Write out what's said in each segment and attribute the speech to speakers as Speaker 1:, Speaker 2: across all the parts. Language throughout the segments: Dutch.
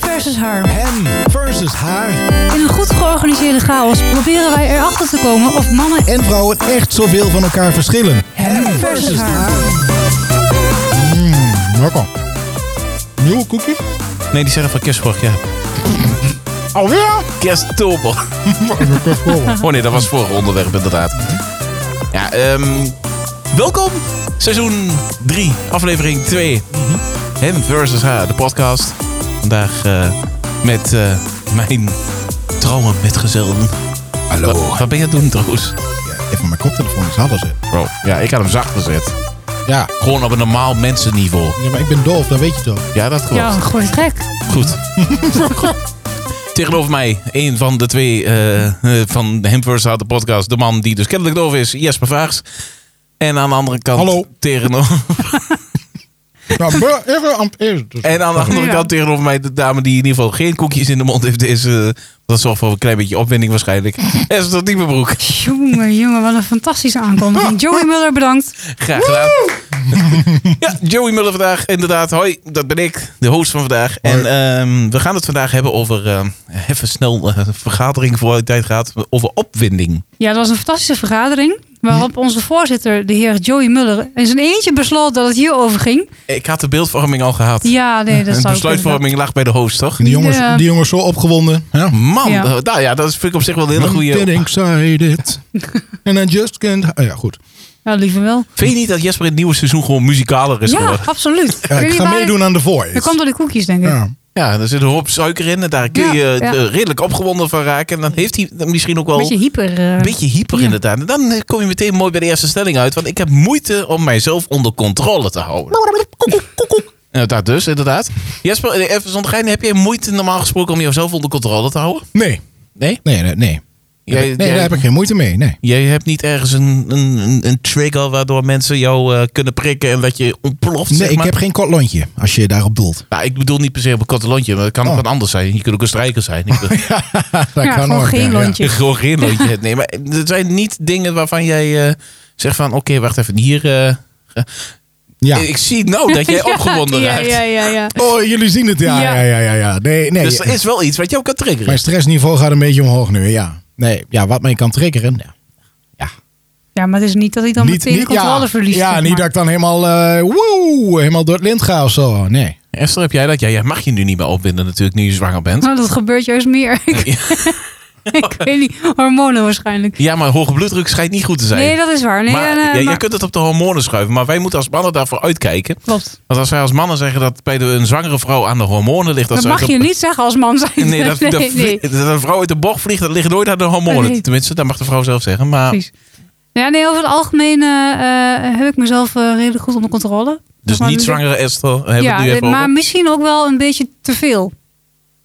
Speaker 1: versus haar.
Speaker 2: Hem versus haar.
Speaker 1: In een goed georganiseerde chaos proberen wij erachter te komen of mannen
Speaker 2: En vrouwen echt zoveel van elkaar verschillen.
Speaker 1: hem versus haar.
Speaker 2: Lekker. Nou, Nieuwe koekjes?
Speaker 3: Nee, die zeggen van kerstvorig jaar.
Speaker 2: Alweer?
Speaker 3: Kersttoppel. Oh nee, dat was vorig onderwerp inderdaad. Ja, ehm welkom. Seizoen 3, aflevering 2. Hem versus haar, de podcast. Vandaag eh, met eh, mijn trouwe metgezel.
Speaker 2: Hallo.
Speaker 3: Wat, wat ben je aan het doen trouwens?
Speaker 2: Ja, even mijn koptelefoon eens harder zetten.
Speaker 3: Bro, ja, ik had hem zacht gezet.
Speaker 2: Ja.
Speaker 3: Gewoon op een normaal mensenniveau.
Speaker 2: ja, maar ik ben doof, dat weet je toch?
Speaker 3: Ja, dat klopt.
Speaker 1: Ja, een goede gek.
Speaker 3: Goed. Tegenover mij, een van de twee eh, eh, van de Him First Out, de podcast. De man die dus kennelijk doof is, Jesper Vaags. En aan de andere kant
Speaker 2: Hallo.
Speaker 3: tegenover,
Speaker 2: Nou, ben even aan het eten. Dus-
Speaker 3: en aan de andere
Speaker 1: Ja.
Speaker 3: kant tegenover mij de dame die in ieder geval geen koekjes in de mond heeft. Is, eh, dat zorgt voor een klein beetje opwinding waarschijnlijk. Esther Diepenbroek,
Speaker 1: Jongen, jongen, wat een fantastische aankondiging. Joey Muller, bedankt.
Speaker 3: graag gedaan. ja, Joey Muller vandaag, inderdaad. Hoi, dat ben ik, de host van vandaag. En ehm, we gaan het vandaag hebben over, ehm, even snel, eh, vergadering voor de tijd gaat, over opwinding.
Speaker 1: Ja, dat was een fantastische vergadering. Waarop onze voorzitter, de heer Joey Muller, in zijn eentje besloot dat het hierover ging.
Speaker 3: Ik had de beeldvorming al gehad.
Speaker 1: Ja, nee, dat
Speaker 3: en de
Speaker 1: zou ik
Speaker 3: besluitvorming lag bij de host, toch?
Speaker 2: Die jongens,
Speaker 1: Ja.
Speaker 2: die jongens zo opgewonden. Ja.
Speaker 3: Man,
Speaker 1: Ja.
Speaker 3: eh, nou ja, dat is- vind ik op zich wel een hele
Speaker 2: I'm
Speaker 3: goede...
Speaker 2: getting excited. And I just can't... Ah, ja, goed.
Speaker 1: Ja, liever wel.
Speaker 3: Vind je niet dat Jesper in het nieuwe seizoen gewoon muzikaler is
Speaker 1: Ja,
Speaker 3: geworden?
Speaker 1: absoluut.
Speaker 2: Ja, ik ga meedoen aan de voice.
Speaker 1: Dat komt door de koekjes, denk ik.
Speaker 2: Ja.
Speaker 3: Ja, er zit een hoop suiker in en daar kun
Speaker 1: Ja,
Speaker 3: je eh,
Speaker 1: ja.
Speaker 3: eh, redelijk opgewonden van raken. En dan heeft hij dan misschien ook wel
Speaker 1: Beetje
Speaker 3: een
Speaker 1: hyper. eh,
Speaker 3: beetje hyper inderdaad. En dan eh, kom je meteen mooi bij de eerste stelling uit. Want ik heb moeite om mijzelf onder controle te houden. Eh, Dat dus, inderdaad. Jesper, eh, even zonder gein, heb jij moeite normaal gesproken om jezelf onder controle te houden?
Speaker 2: Nee.
Speaker 3: Nee?
Speaker 2: Nee, nee, nee.
Speaker 3: Jij-
Speaker 2: nee,
Speaker 3: jij-
Speaker 2: daar heb ik geen moeite mee. Nee.
Speaker 3: Jij hebt niet ergens een, een, een, een trigger waardoor mensen jou eh, kunnen prikken en dat je ontploft.
Speaker 2: Nee,
Speaker 3: zeg
Speaker 2: ik
Speaker 3: maar.
Speaker 2: heb geen kotlontje, als je daarop doelt.
Speaker 3: Nou, ik bedoel niet per se op een katalontje, maar dat kan ook
Speaker 2: Oh.
Speaker 3: wat anders zijn. Je kunt ook een strijker zijn. Ik bedoel,
Speaker 2: Dat
Speaker 1: Ja, gewoon
Speaker 2: ook,
Speaker 1: geen
Speaker 2: ja, ja.
Speaker 1: lontje.
Speaker 3: Gewoon geen lontje. Nee, maar er zijn niet dingen waarvan jij eh, zegt van, oké, wacht even, hier... eh,
Speaker 2: Ja.
Speaker 3: Ik zie nou dat jij opgewonden
Speaker 1: ja,
Speaker 3: raakt.
Speaker 1: Ja, ja, ja.
Speaker 2: Oh, jullie zien het. Ja,
Speaker 1: Ja.
Speaker 2: ja, ja, ja. ja, Nee, nee.
Speaker 3: Dus er is wel iets wat jou kan triggeren.
Speaker 2: Mijn stressniveau gaat een beetje omhoog nu. Ja. Nee, ja, wat mij kan triggeren. Ja.
Speaker 1: Ja, maar het is niet dat hij dan meteen de controle
Speaker 2: ja,
Speaker 1: verliest.
Speaker 2: Ja,
Speaker 1: zeg
Speaker 2: niet
Speaker 1: maar.
Speaker 2: dat ik dan helemaal, eh, woe, helemaal door het lint ga of zo. Nee.
Speaker 3: Esther, heb jij dat? Ja, jij mag je nu niet meer opwinden natuurlijk, nu je zwanger bent.
Speaker 1: Nou, dat gebeurt juist meer. ik
Speaker 3: Oh.
Speaker 1: weet niet, hormonen waarschijnlijk.
Speaker 3: Ja, maar hoge bloeddruk schijnt niet goed te zijn.
Speaker 1: Nee, dat is waar. Nee,
Speaker 3: maar,
Speaker 1: en, eh,
Speaker 3: ja,
Speaker 1: maar-
Speaker 3: Jij kunt het op de hormonen schuiven, maar wij moeten als mannen daarvoor uitkijken.
Speaker 1: Klopt.
Speaker 3: Want als wij als mannen zeggen dat bij de, een zwangere vrouw aan de hormonen ligt...
Speaker 1: Dat
Speaker 3: ze
Speaker 1: mag
Speaker 3: uit
Speaker 1: je
Speaker 3: de-
Speaker 1: niet zeggen als man zijn.
Speaker 3: Nee, dat, dat, dat een vrouw uit de bocht vliegt, dat ligt nooit aan de hormonen.
Speaker 1: Nee.
Speaker 3: Tenminste, dat mag de vrouw zelf zeggen. Maar,
Speaker 1: Precies. Ja, nee, over het algemeen eh, eh, heb ik mezelf eh, redelijk goed onder controle.
Speaker 3: dus
Speaker 1: Maar-
Speaker 3: niet zwangere Esther, hebben we
Speaker 1: Ja, eh,
Speaker 3: het nu even
Speaker 1: maar
Speaker 3: over.
Speaker 1: misschien ook wel een beetje te veel.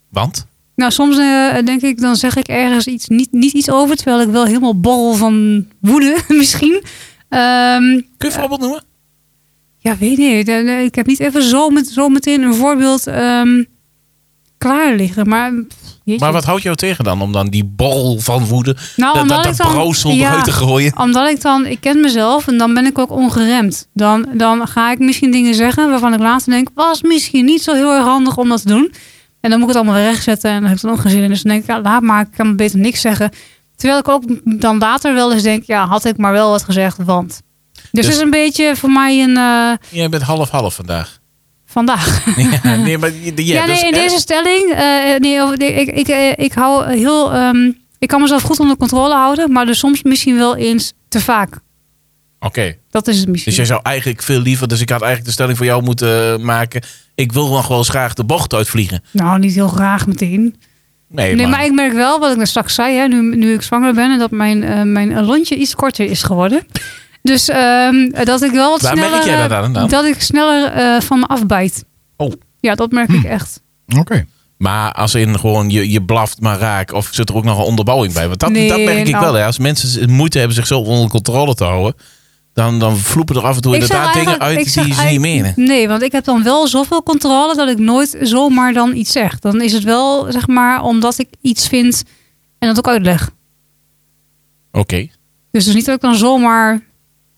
Speaker 3: Want?
Speaker 1: Nou, soms eh, denk ik, dan zeg ik ergens iets, niet, niet iets over, terwijl ik wel helemaal borrel van woede misschien. Ehm,
Speaker 3: Kun je een voorbeeld noemen?
Speaker 1: ja, weet niet. Eh, eh, Ik heb niet even zo, met, zo meteen een voorbeeld ehm, klaar liggen. Maar, jeetje.
Speaker 3: Maar wat houdt jou tegen dan? Om dan die bol van woede,
Speaker 1: Nou,
Speaker 3: dat, dat,
Speaker 1: omdat
Speaker 3: dat
Speaker 1: ik dan-
Speaker 3: brouwsel
Speaker 1: ja.
Speaker 3: eruit te gooien.
Speaker 1: Omdat ik dan, ik ken mezelf en dan ben ik ook ongeremd. Dan, dan ga ik misschien dingen zeggen waarvan ik later denk, was misschien niet zo heel erg handig om dat te doen. En dan moet ik het allemaal rechtzetten en dan heb ik dan ook geen zin in. Dus dan denk ik, ja, laat maar, ik kan beter niks zeggen. Terwijl ik ook dan later wel eens denk, ja, had ik maar wel wat gezegd, want. Dus, het is een beetje voor mij een eh,
Speaker 3: Jij bent half-half vandaag.
Speaker 1: vandaag.
Speaker 3: Ja, nee, maar, ja,
Speaker 1: Ja,
Speaker 3: dus
Speaker 1: nee, in
Speaker 3: er-
Speaker 1: deze stelling, eh, nee, over- nee, ik, ik, eh, ik hou heel, ehm, ik kan mezelf goed onder controle houden, maar dus soms misschien wel eens te vaak.
Speaker 3: Oké,
Speaker 1: Dat is het misschien.
Speaker 3: dus jij zou eigenlijk veel liever... Dus ik had eigenlijk de stelling voor jou moeten eh, maken. Ik wil nog wel eens graag de bocht uitvliegen.
Speaker 1: Nou, niet heel graag meteen. Nee,
Speaker 3: Nee, maar,
Speaker 1: maar ik merk wel, wat ik net straks zei, hè, nu, nu ik zwanger ben, en dat mijn, eh, mijn lontje iets korter is geworden. Dus ehm, dat ik wel wat
Speaker 3: Waar merk
Speaker 1: sneller...
Speaker 3: jij dat
Speaker 1: eh,
Speaker 3: aan dan?
Speaker 1: Dat ik sneller eh, van me afbijt.
Speaker 3: Oh.
Speaker 1: Ja, dat merk ik echt.
Speaker 2: Oké.
Speaker 3: maar als in gewoon je, je blaft maar raak. Of zit er ook nog een onderbouwing bij? Want dat,
Speaker 1: Nee,
Speaker 3: dat merk ik
Speaker 1: nou.
Speaker 3: wel. Hè. Als mensen moeite hebben zichzelf onder controle te houden... Dan, dan vloepen er af en toe
Speaker 1: Ik zeg
Speaker 3: inderdaad dingen
Speaker 1: eigenlijk- ik
Speaker 3: uit
Speaker 1: zeg
Speaker 3: die ze niet
Speaker 1: eigenlijk-
Speaker 3: menen.
Speaker 1: Nee, want ik heb dan wel zoveel controle dat ik nooit zomaar dan iets zeg. Dan is het wel, zeg maar, omdat ik iets vind en dat ook uitleg.
Speaker 3: Oké.
Speaker 1: Dus het is niet dat ik dan zomaar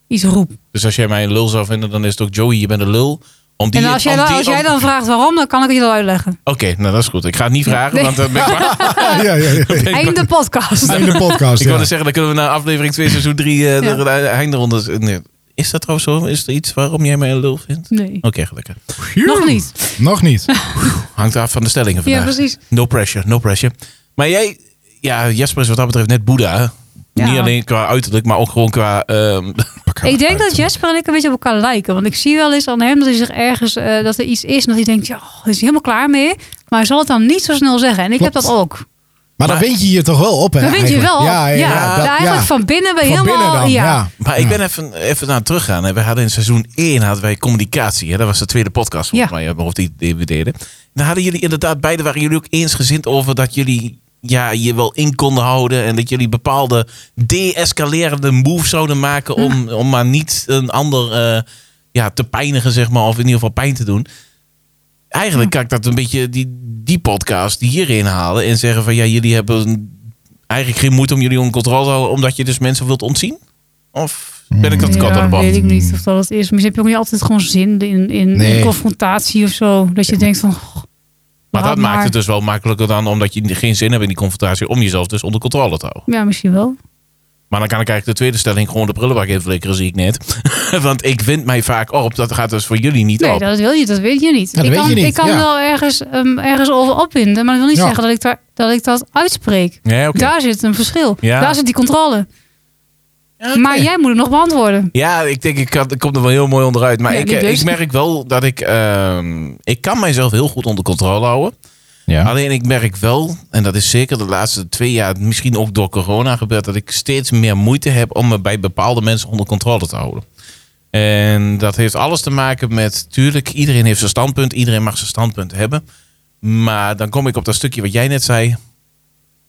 Speaker 1: iets roep.
Speaker 3: Dus als jij mij een lul zou vinden, dan is het ook Joey, je bent een lul. Om die,
Speaker 1: En als jij,
Speaker 3: om
Speaker 1: dan,
Speaker 3: die-
Speaker 1: als jij
Speaker 3: om-
Speaker 1: dan vraagt waarom, dan kan ik het je wel uitleggen.
Speaker 3: Oké, nou dat is goed. Ik ga het niet vragen,
Speaker 1: Nee.
Speaker 3: want eh, dan ben ik bang.
Speaker 2: ja, ja, ja. ja.
Speaker 1: Einde podcast.
Speaker 2: In de podcast.
Speaker 3: Ik dus- wilde
Speaker 2: ja.
Speaker 3: zeggen, dan kunnen we na aflevering 2, seizoen 3 eh
Speaker 1: Ja.
Speaker 3: de, de eindronde... Nee. Is dat trouwens zo? Is er iets waarom jij mij een lul vindt?
Speaker 1: Nee,
Speaker 3: Oké, gelukkig.
Speaker 1: nog niet.
Speaker 2: Nog niet.
Speaker 3: Hangt af van de stellingen
Speaker 1: Ja,
Speaker 3: vandaag.
Speaker 1: precies.
Speaker 3: No pressure, no pressure. Maar jij, ja, Jasper is wat dat betreft net Boeddha. hè?
Speaker 1: Ja.
Speaker 3: Niet alleen qua uiterlijk, maar ook gewoon qua... ehm,
Speaker 1: Ik denk dat Jesper en ik een beetje op elkaar lijken. Want ik zie wel eens aan hem dat hij zich ergens, eh, dat er iets is. En dat hij denkt, ja, daar is hij helemaal klaar mee. Maar hij zal het dan niet zo snel zeggen. En ik heb
Speaker 2: Klopt.
Speaker 1: dat ook.
Speaker 2: Maar dan
Speaker 3: Maar-
Speaker 2: wint je hier toch wel op, hè?
Speaker 1: Dat vind je
Speaker 2: eigenlijk?
Speaker 1: wel.
Speaker 2: Ja, ja, ja, dat-
Speaker 1: eigenlijk
Speaker 2: ja.
Speaker 1: van binnen ben je
Speaker 2: Van
Speaker 1: helemaal...
Speaker 2: binnen dan,
Speaker 1: ja.
Speaker 2: ja.
Speaker 3: Maar ik ben even, even naar teruggaan. hè. We hadden in seizoen 1 hadden wij communicatie. Hè? Dat was de tweede podcast volgens
Speaker 1: Ja.
Speaker 3: mij, eh, of die, die we deden. Dan hadden jullie inderdaad, beide waren jullie ook eensgezind over dat jullie ja, je wel in konden houden. En dat jullie bepaalde de-escalerende moves zouden
Speaker 1: Hm.
Speaker 3: maken om, om maar niet een ander eh, ja, te pijnigen, zeg maar. Of in ieder geval pijn te doen. Eigenlijk kan ik dat een beetje, die, die podcast die hierin halen en zeggen van ja, jullie hebben eigenlijk geen moeite om jullie onder controle te houden, omdat je dus mensen wilt ontzien? Of ben ik dat
Speaker 1: Mm. Ja,
Speaker 3: kat aan de bal?
Speaker 1: weet ik niet of dat het is. Misschien heb je ook niet altijd gewoon zin in, in,
Speaker 2: Nee.
Speaker 1: in confrontatie of zo. Dat je denkt van... goh,
Speaker 3: Maar dat
Speaker 1: laat
Speaker 3: maakt het dus wel makkelijker dan, omdat je geen zin hebt in die confrontatie, om jezelf dus onder controle te houden.
Speaker 1: Ja, misschien wel.
Speaker 3: Maar dan kan ik eigenlijk de tweede stelling gewoon de prullenbak in flikkeren, zie ik net. Want ik wind mij vaak op, dat gaat dus voor jullie niet
Speaker 1: Nee,
Speaker 3: op.
Speaker 1: dat wil je, dat weet je niet.
Speaker 2: Ja, dat
Speaker 1: ik
Speaker 2: weet
Speaker 1: kan,
Speaker 2: je niet,
Speaker 1: ik kan
Speaker 2: ja.
Speaker 1: wel ergens, ehm, ergens over opwinden, maar dat wil niet
Speaker 2: Ja.
Speaker 1: zeggen dat ik, daar, dat ik dat uitspreek.
Speaker 3: Nee, oké.
Speaker 1: Daar zit een verschil.
Speaker 3: Ja.
Speaker 1: Daar zit die controle.
Speaker 3: Ja, oké.
Speaker 1: Maar jij moet het nog beantwoorden.
Speaker 3: Ja, ik denk, ik, kan, ik kom er wel heel mooi onderuit. Maar
Speaker 1: Ja,
Speaker 3: ik,
Speaker 1: niet dus.
Speaker 3: ik merk wel dat ik... ehm, ik kan mijzelf heel goed onder controle houden.
Speaker 2: Ja.
Speaker 3: Alleen ik merk wel, en dat is zeker de laatste twee jaar, misschien ook door corona gebeurd, dat ik steeds meer moeite heb om me bij bepaalde mensen onder controle te houden. En dat heeft alles te maken met, tuurlijk, iedereen heeft zijn standpunt, iedereen mag zijn standpunt hebben. Maar dan kom ik op dat stukje wat jij net zei,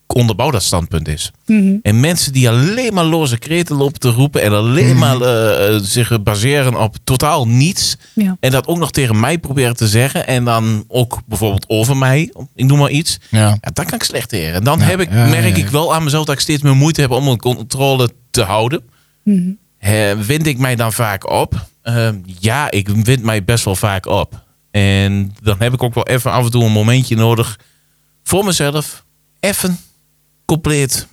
Speaker 3: onderbouw dat standpunt is.
Speaker 1: Mhm.
Speaker 3: En mensen die alleen maar loze kreten lopen te roepen en alleen maar eh, eh, zich baseren op totaal niets.
Speaker 1: Ja.
Speaker 3: En dat ook nog tegen mij proberen te zeggen. En dan ook bijvoorbeeld over mij, ik noem maar iets.
Speaker 2: Ja.
Speaker 3: Ja, dat kan ik slecht tegen. Dan
Speaker 2: Ja,
Speaker 3: heb ik,
Speaker 2: ja,
Speaker 3: merk
Speaker 2: ja.
Speaker 3: ik wel aan mezelf dat ik steeds meer moeite heb om een controle te houden.
Speaker 1: Mhm.
Speaker 3: Eh, wind ik mij dan vaak op? Eh, ja, ik wind mij best wel vaak op. En dan heb ik ook wel even af en toe een momentje nodig voor mezelf. Even compleet.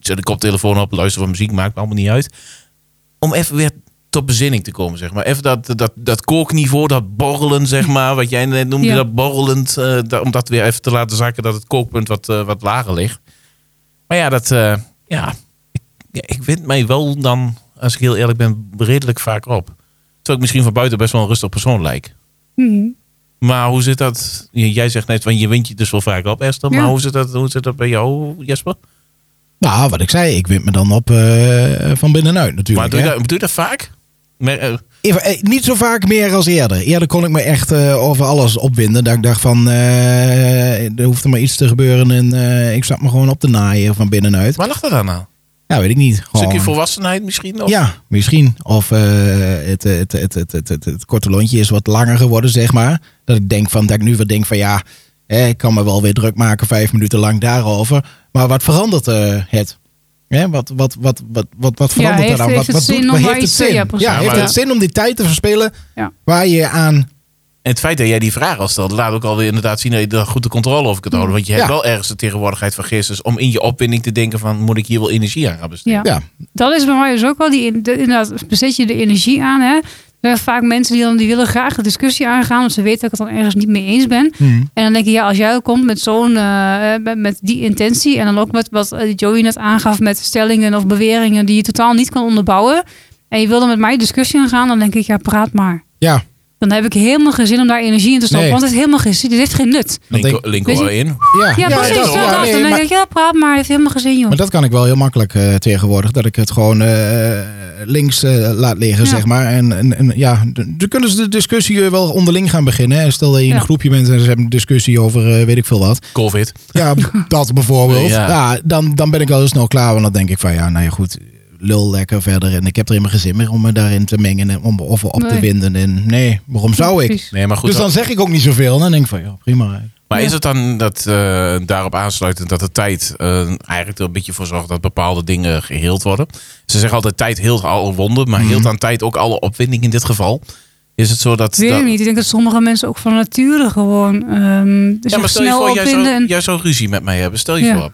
Speaker 3: Zet de koptelefoon op, luister wat muziek, maakt me allemaal niet uit. Om even weer tot bezinning te komen, zeg maar. Even dat, dat, dat kookniveau, dat borrelen, zeg maar. Wat jij net noemde,
Speaker 1: Ja.
Speaker 3: dat borrelend. eh, da- om dat weer even te laten zakken, dat het kookpunt wat, eh, wat lager ligt. Maar ja, dat, eh, ja, ja, ik wind mij wel dan, als ik heel eerlijk ben, redelijk vaak op. Terwijl ik misschien van buiten best wel een rustig persoon lijk.
Speaker 1: Mhm.
Speaker 3: Maar hoe zit dat? J- Jij zegt net, van je wint je dus wel vaak op, Esther. Maar
Speaker 1: Ja.
Speaker 3: hoe zit, dat, hoe zit dat bij jou, Jesper?
Speaker 2: Nou, wat ik zei, ik wint me dan op eh, van binnenuit
Speaker 3: Maar
Speaker 2: natuurlijk.
Speaker 3: doe je
Speaker 2: hè.
Speaker 3: dat, doe je dat vaak? Mer- eh,
Speaker 2: Even, eh, niet zo vaak meer als eerder. Eerder kon ik me echt eh, over alles opwinden. Dat ik dacht van, eh, er hoeft er maar iets te gebeuren en eh, ik zat me gewoon op te naaien van binnenuit.
Speaker 3: Waar lag dat aan nou?
Speaker 2: Ja, weet ik niet.
Speaker 3: Een
Speaker 2: Gewoon,
Speaker 3: stukje volwassenheid misschien? Of?
Speaker 2: Ja, misschien. Of eh, het, het, het, het, het, het, het korte lontje is wat langer geworden, zeg maar. Dat ik denk van, dat ik nu weer denk van ja, eh, ik kan me wel weer druk maken vijf minuten lang daarover. Maar wat verandert eh, het? Hè, wat, wat, wat, wat, wat, wat
Speaker 1: Ja,
Speaker 2: verandert
Speaker 1: heeft-
Speaker 2: er dan?
Speaker 1: heeft
Speaker 2: Wat,
Speaker 1: het
Speaker 2: wat
Speaker 1: zin
Speaker 2: doet-
Speaker 1: om
Speaker 2: heeft
Speaker 1: maar
Speaker 2: het
Speaker 1: iets te-
Speaker 2: zin?
Speaker 1: ja,
Speaker 2: Ja,
Speaker 1: precies.
Speaker 2: heeft
Speaker 3: Ja.
Speaker 2: het zin om die tijd te verspillen
Speaker 1: Ja.
Speaker 2: waar je aan...
Speaker 3: En het feit dat jij die vraag al stelt, laat ook alweer inderdaad zien dat je daar goed de controle over kunt houden. Want je hebt
Speaker 2: Ja.
Speaker 3: wel ergens de tegenwoordigheid van gisteren om in je opwinding te denken van, moet ik hier wel energie aan gaan besteden?
Speaker 1: Ja.
Speaker 2: Ja,
Speaker 1: Dat is bij mij dus ook wel, die, de, inderdaad, bezet je de energie aan. Hè? Er zijn vaak mensen die, dan, die willen graag de discussie aangaan, want ze weten dat ik het dan ergens niet mee eens ben. En dan denk ik, ja, als jij komt met zo'n, eh, met, met die intentie en dan ook met wat eh, Joey net aangaf met stellingen of beweringen die je totaal niet kan onderbouwen. En je wil dan met mij discussie aangaan, dan denk ik, ja, praat maar.
Speaker 2: ja.
Speaker 1: Dan heb ik helemaal geen zin om daar energie in te stoppen,
Speaker 2: Nee.
Speaker 1: want het heeft helemaal geen zin. Dit heeft geen nut.
Speaker 2: Want
Speaker 3: Linko-
Speaker 2: ik-
Speaker 3: Linko
Speaker 1: Weet je-
Speaker 3: in.
Speaker 2: Ja,
Speaker 1: Ja, precies.
Speaker 3: dat-
Speaker 1: dat,
Speaker 3: Ah, ja,
Speaker 1: dan
Speaker 2: nee,
Speaker 1: denk
Speaker 2: maar-
Speaker 1: ik, ja, praat maar. Heeft helemaal geen zin, joh.
Speaker 2: Maar dat kan ik wel heel makkelijk eh, tegenwoordig. Dat ik het gewoon eh, links eh, laat liggen,
Speaker 1: Ja.
Speaker 2: zeg maar. En, en, en ja, d- dan kunnen ze de discussie eh, wel onderling gaan beginnen. hè. Stel dat je in
Speaker 1: Ja.
Speaker 2: een groepje bent en ze hebben een discussie over eh, weet ik veel wat.
Speaker 3: Covid.
Speaker 2: Ja, dat bijvoorbeeld.
Speaker 3: Ja.
Speaker 2: Ja. dan, dan ben ik wel heel snel klaar. Want dan denk ik van ja, nou ja goed, lul lekker verder. En ik heb er helemaal geen zin meer om me daarin te mengen. En om of op te
Speaker 1: Nee.
Speaker 2: winden. En nee, waarom zou ik?
Speaker 1: Precies.
Speaker 3: Nee, maar goed.
Speaker 2: dus dan zeg ik ook niet zoveel. En dan denk ik van ja, prima.
Speaker 3: Maar
Speaker 1: Ja.
Speaker 3: is het dan dat eh, daarop aansluitend dat de tijd eh, eigenlijk er een beetje voor zorgt dat bepaalde dingen geheeld worden? Ze zeggen altijd tijd heelt alle wonden, maar heelt aan tijd ook alle opwinding in dit geval. Is het zo dat...
Speaker 1: Weet
Speaker 3: dat-
Speaker 1: ik niet. Ik denk dat sommige mensen ook van nature gewoon ehm
Speaker 3: Ja,
Speaker 1: zich
Speaker 3: maar stel je
Speaker 1: snel
Speaker 3: voor, jij
Speaker 1: opwinden.
Speaker 3: zou,
Speaker 1: en-
Speaker 3: jij zou ruzie met mij hebben. Stel je
Speaker 1: Ja.
Speaker 3: voor.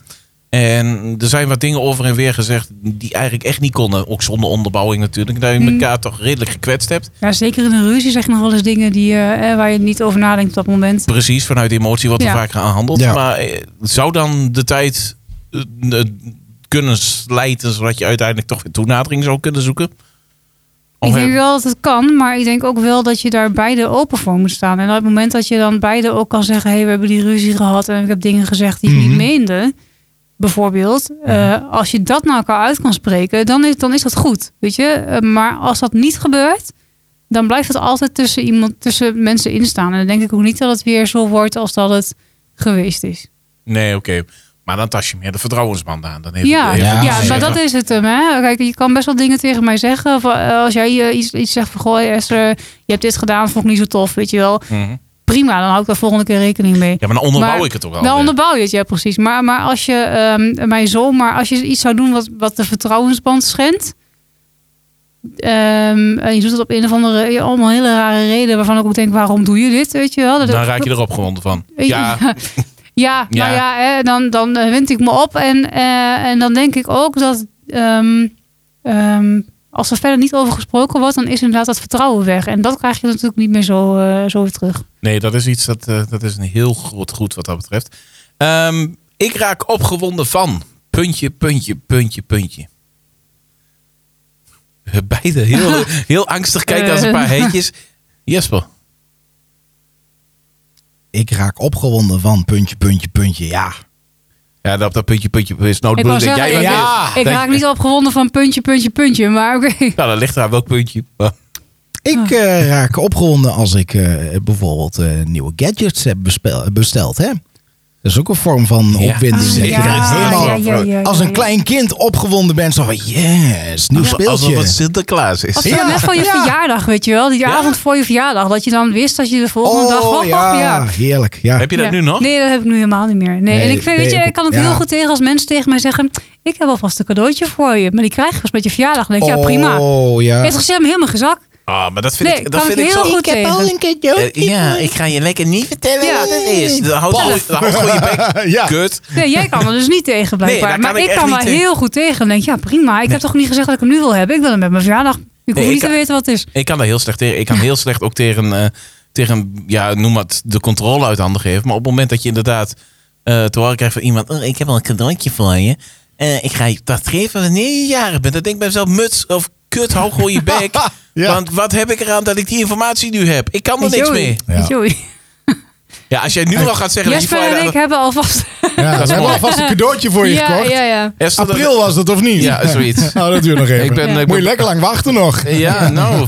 Speaker 3: En er zijn wat dingen over en weer gezegd die eigenlijk echt niet konden. Ook zonder onderbouwing natuurlijk. Dat je
Speaker 1: Hmm.
Speaker 3: elkaar toch redelijk gekwetst hebt.
Speaker 1: Ja, zeker in een ruzie zeg je nog wel eens dingen die, eh, eh, waar je niet over nadenkt op dat moment.
Speaker 3: Precies, vanuit emotie wat er
Speaker 1: Ja.
Speaker 3: vaak aan handelt.
Speaker 2: Ja.
Speaker 3: Maar eh, zou dan de tijd eh, eh, kunnen slijten zodat je uiteindelijk toch weer toenadering zou kunnen zoeken? Of
Speaker 1: Ik denk
Speaker 3: heb-
Speaker 1: wel dat het kan, maar ik denk ook wel dat je daar beide open voor moet staan. En op het moment dat je dan beide ook kan zeggen: hé, hey, we hebben die ruzie gehad en ik heb dingen gezegd die ik
Speaker 2: Mhm.
Speaker 1: niet meende, bijvoorbeeld. eh, als je dat naar elkaar uit kan spreken, dan is, dan is dat goed, weet je. Eh, maar als dat niet gebeurt, dan blijft het altijd tussen, iemand, tussen mensen instaan. En dan denk ik ook niet dat het weer zo wordt als dat het geweest is.
Speaker 3: Nee, oké. Maar dan tas je meer de vertrouwensband aan. Dan heeft
Speaker 1: ja,
Speaker 3: heeft Mhm.
Speaker 1: ja,
Speaker 2: het
Speaker 3: te
Speaker 1: maar
Speaker 3: zeggen.
Speaker 1: dat is het hem. Hè? Kijk, je kan best wel dingen tegen mij zeggen. Of, eh, als jij eh, iets, iets zegt van, goh Esther, je hebt dit gedaan, vond ik niet zo tof, weet je wel.
Speaker 3: Mhm.
Speaker 1: Prima, dan hou ik daar volgende keer rekening mee.
Speaker 3: Ja, maar dan onderbouw
Speaker 1: Maar-
Speaker 3: ik het ook al.
Speaker 1: Dan onderbouw je het, ja precies. Maar, maar als je ehm, mij zomaar, als je iets zou doen wat, wat de vertrouwensband schendt. ehm, en je doet het op een of andere, ja, allemaal hele rare reden waarvan ik ook denk, waarom doe je dit, weet je wel. Dat-
Speaker 3: dan raak je erop gewonden van. Ja,
Speaker 1: ja, nou ja,
Speaker 3: Ja.
Speaker 1: hè, dan, dan eh, wind ik me op. En, eh, en dan denk ik ook dat ehm, ehm, als er verder niet over gesproken wordt, dan is inderdaad dat vertrouwen weg. En dat krijg je natuurlijk niet meer zo, eh, zo weer terug.
Speaker 3: Nee, dat is iets dat, eh, dat is een heel groot goed wat dat betreft. Ehm, ik raak opgewonden van. Puntje, puntje, puntje, puntje. Eh, Beide heel, heel angstig kijken als een
Speaker 1: Eh.
Speaker 3: paar heetjes. Jesper.
Speaker 2: Ik raak opgewonden van puntje, puntje, puntje. Ja.
Speaker 3: Ja, dat, dat puntje, puntje is nou de
Speaker 1: Ik wou
Speaker 3: bedoeling dat
Speaker 1: zeggen,
Speaker 3: jij dat
Speaker 2: ja.
Speaker 3: deed.
Speaker 1: Ik
Speaker 3: Denk-
Speaker 1: raak niet opgewonden van puntje, puntje, puntje. Maar oké.
Speaker 3: Nou, dat ligt eraan welk puntje. Maar-
Speaker 2: Ik
Speaker 1: Ah.
Speaker 2: eh, raak opgewonden als ik eh, bijvoorbeeld eh, nieuwe gadgets heb bespel- besteld. Hè? Dat is ook een vorm van
Speaker 3: Ja.
Speaker 2: opwinding.
Speaker 3: Ah,
Speaker 2: dat je
Speaker 3: ja,
Speaker 2: er helemaal-
Speaker 3: ja, ja,
Speaker 2: Als een klein kind opgewonden bent, zo van yes, nieuw
Speaker 3: Alsof- Alsof het
Speaker 2: speeltje.
Speaker 3: Sinterklaas is.
Speaker 1: Of zo
Speaker 2: Ja,
Speaker 1: net van je
Speaker 2: ja.
Speaker 1: verjaardag, weet je wel. Die
Speaker 3: Ja.
Speaker 1: avond voor je verjaardag. Dat je dan wist dat je de volgende dag...
Speaker 2: Oh
Speaker 1: hop, hop,
Speaker 2: ja, heerlijk. Ja.
Speaker 3: Heb je dat
Speaker 1: Ja.
Speaker 3: nu nog?
Speaker 1: Nee, dat heb ik nu helemaal niet meer. Nee,
Speaker 2: Nee,
Speaker 1: en ik vind,
Speaker 2: nee,
Speaker 1: weet je,
Speaker 2: ik-
Speaker 1: ik kan het
Speaker 2: ja.
Speaker 1: heel goed tegen als mensen tegen mij zeggen: Ik heb alvast een cadeautje voor je. Maar die krijg je pas met je verjaardag. Dan denk ik, ja, prima.
Speaker 2: Oh ja.
Speaker 1: Het gezet hem helemaal gezak.
Speaker 3: Ah, maar dat vind
Speaker 1: Nee,
Speaker 3: ik, dat
Speaker 1: kan
Speaker 3: vind
Speaker 1: ik
Speaker 3: ik zo
Speaker 1: heel goed tegen.
Speaker 3: Eh, ja, ik ga je lekker niet vertellen
Speaker 1: Ja.
Speaker 3: wat het is. Dan houd
Speaker 2: Bam.
Speaker 3: dan houd gewoon je bek.
Speaker 2: Ja.
Speaker 3: Kut.
Speaker 1: Nee, jij kan er dus niet tegen blijkbaar.
Speaker 3: daar kan
Speaker 1: maar
Speaker 3: ik
Speaker 1: ik
Speaker 3: echt
Speaker 1: kan
Speaker 3: niet
Speaker 1: daar
Speaker 3: tegen.
Speaker 1: heel goed tegen. Dan denk ik, ja, prima. Ik heb toch niet gezegd dat ik hem nu wil hebben. Ik wil hem met mijn verjaardag. Ik
Speaker 3: Nee,
Speaker 1: hoef
Speaker 3: ik
Speaker 1: niet
Speaker 3: kan-
Speaker 1: te weten wat het is.
Speaker 3: Ik kan daar heel slecht tegen. Ik kan heel slecht ook tegen, eh, tegen ja, noem het, de controle uit handen geven. Maar op het moment dat je inderdaad eh te horen krijgt van iemand... Oh, ik heb al een cadeautje voor je. Eh, ik ga je dat geven wanneer je jarig bent. Dan denk ik bij mezelf, muts of kut, hou gewoon je bek.
Speaker 2: Ja.
Speaker 3: Want wat heb ik eraan dat ik die informatie nu heb? Ik kan er niks mee.
Speaker 1: Joey.
Speaker 2: Ja.
Speaker 1: Joey.
Speaker 3: Ja, als jij nu al gaat zeggen...
Speaker 1: Jesper
Speaker 3: dat je
Speaker 1: en ik
Speaker 3: vooruit-
Speaker 1: hebben alvast.
Speaker 2: Ja,
Speaker 3: is
Speaker 2: we hebben
Speaker 3: mooi.
Speaker 2: alvast een cadeautje voor je
Speaker 1: ja,
Speaker 2: gekocht.
Speaker 1: ja, ja.
Speaker 3: Esther, dat-
Speaker 2: April was dat of niet?
Speaker 3: Ja, zoiets.
Speaker 2: Nou, dat duurt nog even.
Speaker 3: Ik ben- ik
Speaker 2: Moet
Speaker 3: ben-
Speaker 2: je lekker lang wachten nog.
Speaker 3: Ja, nou...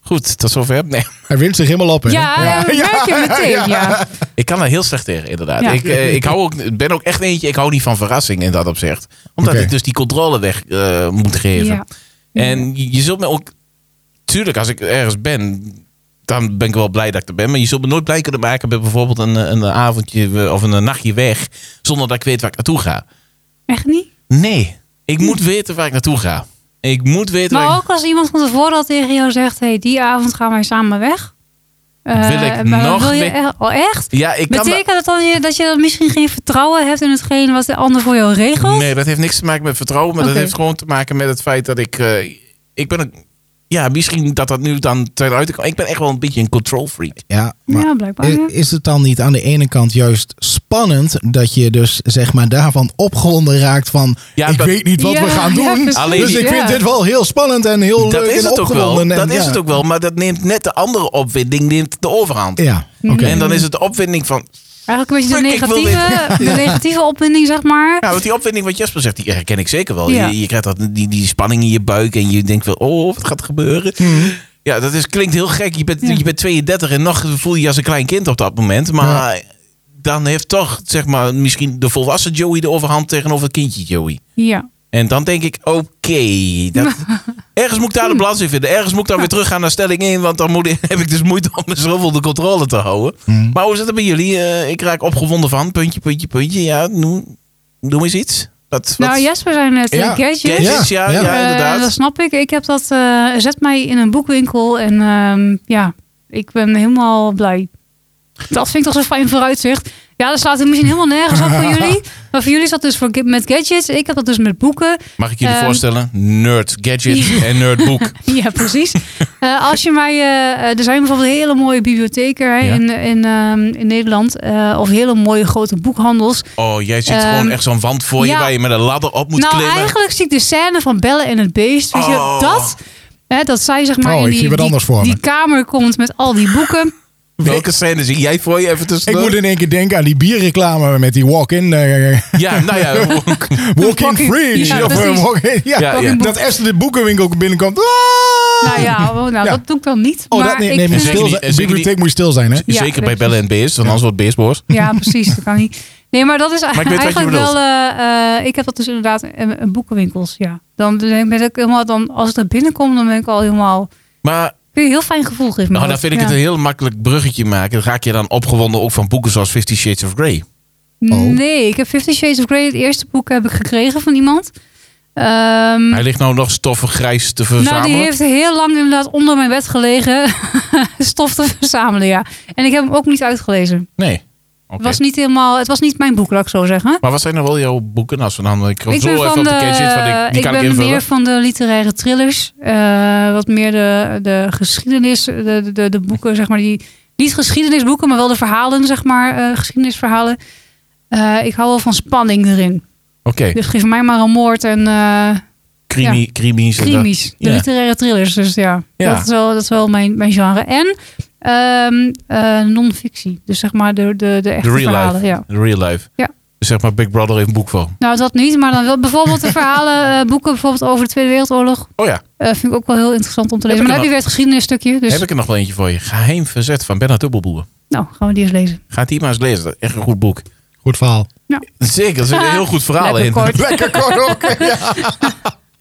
Speaker 3: Goed, tot zover. Nee.
Speaker 2: Hij wint zich helemaal op. Hè?
Speaker 1: Ja, ja, we merken meteen. Ja.
Speaker 3: Ik kan daar heel slecht tegen, inderdaad.
Speaker 1: Ja.
Speaker 3: Ik, eh, ik hou ook, ben ook echt eentje, ik hou niet van verrassing in dat opzicht. Omdat
Speaker 2: Oké.
Speaker 3: ik dus die controle weg eh, moet geven.
Speaker 1: Ja.
Speaker 3: En je, je zult me ook... Tuurlijk, als ik ergens ben, dan ben ik wel blij dat ik er ben. Maar je zult me nooit blij kunnen maken bij bijvoorbeeld een, eh, een avondje eh, of een nachtje weg... zonder dat ik weet waar ik naartoe ga.
Speaker 1: Echt niet?
Speaker 3: Nee, ik moet weten waar ik naartoe ga. Ik moet weten waar
Speaker 1: Hm. Maar
Speaker 3: ik...
Speaker 1: ook als iemand van tevoren al tegen jou zegt: hey, die avond gaan wij samen weg. Eh,
Speaker 3: Wil ik
Speaker 1: maar dan
Speaker 3: nog
Speaker 1: wil je
Speaker 3: weer-
Speaker 1: echt, oh, echt?
Speaker 3: Ja, ik kan
Speaker 1: Betekent dat dan je- dat je dan misschien geen vertrouwen hebt in hetgeen wat de ander voor jou regelt?
Speaker 3: Nee, dat heeft niks te maken met vertrouwen. Maar dat
Speaker 1: Oké.
Speaker 3: heeft gewoon te maken met het feit dat ik... eh, ik ben een... Ja, misschien dat dat nu dan ten uitkomt. Ik ben echt wel een beetje een control freak.
Speaker 2: Ja, maar
Speaker 1: ja, blijkbaar. ja.
Speaker 2: i- is het dan niet aan de ene kant juist spannend dat je dus zeg maar daarvan opgewonden raakt van
Speaker 3: Ja,
Speaker 2: ik
Speaker 3: dat-
Speaker 2: weet niet wat
Speaker 1: Ja,
Speaker 2: we gaan
Speaker 1: ja,
Speaker 2: doen.
Speaker 1: precies,
Speaker 3: Alleen
Speaker 2: dus
Speaker 3: die-
Speaker 2: ik
Speaker 1: ja.
Speaker 2: vind dit wel heel spannend en heel
Speaker 3: Dat
Speaker 2: leuk
Speaker 3: is
Speaker 2: en
Speaker 3: het ook wel.
Speaker 2: eh, opgewonden. en
Speaker 3: Dat
Speaker 2: ja.
Speaker 3: is het ook wel. Maar dat neemt net de andere opwinding neemt de overhand.
Speaker 2: Ja,
Speaker 1: Mhm.
Speaker 2: oké.
Speaker 3: En dan is het de opwinding van...
Speaker 1: Eigenlijk een beetje de
Speaker 3: Fuck, ik wil
Speaker 1: negatieve, de negatieve opwinding, zeg maar.
Speaker 3: Ja, want Nou, die opwinding wat Jesper zegt, die herken ik zeker wel.
Speaker 1: Ja.
Speaker 3: Je, je krijgt dat, die, die spanning in je buik en je denkt wel, oh, wat gaat er gebeuren? Ja, dat is, klinkt heel gek. Je bent,
Speaker 1: Mhm. Ja.
Speaker 3: je bent 32 en nog voel je je als een klein kind op dat moment. Maar dan heeft toch, zeg maar, misschien de volwassen Joey de overhand tegenover het kindje Joey.
Speaker 1: Ja.
Speaker 3: En dan denk ik, oké, dat- ergens moet ik daar de balans in vinden. Ergens moet ik dan weer teruggaan naar stelling 1, want dan moet, ik- heb ik dus moeite om mezelf onder controle te houden.
Speaker 2: Hmm.
Speaker 3: Maar hoe zit het bij jullie? Eh, ik raak opgewonden van, puntje, puntje, puntje. Ja, noem, noem eens iets. Wat, wat?
Speaker 1: Nou, Jesper zei net eh,
Speaker 2: Ja.
Speaker 1: gadgets.
Speaker 3: Gadgets, ja, ja,
Speaker 2: Ja,
Speaker 1: Eh,
Speaker 3: inderdaad.
Speaker 1: dat snap ik. Ik heb dat, eh, zet mij in een boekwinkel en ehm, ja, ik ben helemaal blij. Dat vind ik toch zo'n fijn vooruitzicht. Ja, dat slaat misschien helemaal nergens op voor jullie. Maar voor jullie is dat dus voor, ga- met gadgets. Ik heb dat dus met boeken.
Speaker 3: Mag ik jullie
Speaker 1: Ehm,
Speaker 3: voorstellen? Nerd gadget en nerd boek.
Speaker 1: Ja, precies. Eh, als je mij, eh, eh, er zijn bijvoorbeeld hele mooie bibliotheken hè,
Speaker 3: Ja.
Speaker 1: in, in, ehm, in Nederland. eh, of hele mooie grote boekhandels.
Speaker 3: Oh, jij ziet
Speaker 1: Ehm,
Speaker 3: gewoon echt zo'n wand voor je
Speaker 1: ja.
Speaker 3: waar je met een ladder op moet
Speaker 1: nou,
Speaker 3: klimmen.
Speaker 1: eigenlijk zie ik de scène van Bellen en het Beest. Weet je,
Speaker 3: Oh.
Speaker 1: dat, hè, dat zij zeg maar
Speaker 2: Oh,
Speaker 1: in
Speaker 2: ik
Speaker 1: die,
Speaker 2: zie wat
Speaker 1: die-
Speaker 2: anders voor me.
Speaker 1: die kamer komt met al die boeken.
Speaker 3: Welke scène zie jij voor je even
Speaker 2: Ik
Speaker 3: tussendoor?
Speaker 2: moet in één keer denken aan die bierreclame met die walk-in. eh,
Speaker 3: Ja, nou ja.
Speaker 2: walk-in
Speaker 1: Walk-in-
Speaker 2: fridge.
Speaker 1: ja,
Speaker 2: of, eh,
Speaker 1: precies.
Speaker 2: walk-in- ja.
Speaker 3: Ja, ja.
Speaker 2: Dat Esther de boekenwinkel binnenkomt. Ah!
Speaker 1: Nou ja, oh, nou,
Speaker 2: Ja.
Speaker 1: dat doe ik dan niet.
Speaker 2: Oh,
Speaker 1: maar
Speaker 2: dat nee,
Speaker 1: ik
Speaker 2: nee, moet
Speaker 1: vind-
Speaker 2: stil
Speaker 3: Zeker
Speaker 2: zijn.
Speaker 3: niet,
Speaker 2: De
Speaker 3: zeker
Speaker 2: bibliotheek moet stil zijn, hè?
Speaker 1: Ja,
Speaker 3: Zeker bij
Speaker 1: precies.
Speaker 3: Bellen en Beest, want anders wordt Beest boos.
Speaker 1: Ja, precies. Dat kan niet. Nee, maar dat is
Speaker 3: weet wat je
Speaker 1: eigenlijk
Speaker 3: bedoelt.
Speaker 1: wel... eh, eh, ik heb dat dus inderdaad in, in boekenwinkels, ja. Dan ben ik helemaal, dan, als ik er binnenkom, dan ben ik al helemaal...
Speaker 3: Maar
Speaker 1: Ik vind een heel fijn gevoel geeft me dat.
Speaker 3: nou, dan vind ik
Speaker 1: Ja.
Speaker 3: het een heel makkelijk bruggetje maken. Dan raak je dan opgewonden ook van boeken zoals Fifty Shades of Grey.
Speaker 2: Oh.
Speaker 1: Nee, ik heb Fifty Shades of Grey, het eerste boek, heb ik gekregen van iemand. Ehm,
Speaker 3: Hij ligt nou nog stoffen grijs te verzamelen.
Speaker 1: nou, die heeft heel lang inderdaad onder mijn bed gelegen. Stof te verzamelen, ja. En ik heb hem ook niet uitgelezen.
Speaker 3: Nee. Oké.
Speaker 1: Het, was niet helemaal, het was niet mijn boek, laat ik zo zeggen.
Speaker 3: Maar wat zijn nou wel jouw boeken? Als we dan, eh, ik kom
Speaker 1: ik
Speaker 3: zo
Speaker 1: ben,
Speaker 3: even
Speaker 1: van
Speaker 3: op
Speaker 1: de,
Speaker 3: de gadget, want ik, die
Speaker 1: ik
Speaker 3: kan ik
Speaker 1: ben
Speaker 3: invullen.
Speaker 1: meer van de literaire thrillers. eh, wat meer de, de geschiedenis, de, de, de boeken, zeg maar. Die, niet geschiedenisboeken, maar wel de verhalen, zeg maar. eh, geschiedenisverhalen. Eh, ik hou wel van spanning erin.
Speaker 3: Oké,
Speaker 1: Dus geef mij maar een moord en eh
Speaker 3: crimi, crimies. en dat.
Speaker 1: krimis. De
Speaker 3: Ja.
Speaker 1: literaire thrillers, dus ja.
Speaker 3: Ja.
Speaker 1: Dat, is wel, dat is wel mijn, mijn genre. En ehm, eh, non-fictie. Dus zeg maar de, de, de echte
Speaker 3: The real
Speaker 1: verhalen.
Speaker 3: life.
Speaker 1: Ja.
Speaker 3: The real life.
Speaker 1: Ja.
Speaker 3: Dus zeg maar Big Brother heeft een boek van.
Speaker 1: Nou, dat niet, maar dan wel bijvoorbeeld de verhalen, eh, boeken bijvoorbeeld over de Tweede Wereldoorlog.
Speaker 3: Oh ja,
Speaker 1: Eh, vind ik ook wel heel interessant om te lezen.
Speaker 3: ik
Speaker 1: Maar dan heb
Speaker 3: er
Speaker 1: je weer het geschiedenisstukje. Dus
Speaker 3: heb ik er nog wel eentje voor je. Geheim verzet van Bernard Dubbelboer.
Speaker 1: nou, gaan we die eens lezen.
Speaker 3: Ga die maar eens lezen. Dat is echt een goed boek.
Speaker 2: Goed verhaal.
Speaker 3: Zeker, er zit een heel goed verhaal
Speaker 1: Lekker
Speaker 3: in.
Speaker 1: kort.
Speaker 2: Lekker kort ook. Ja.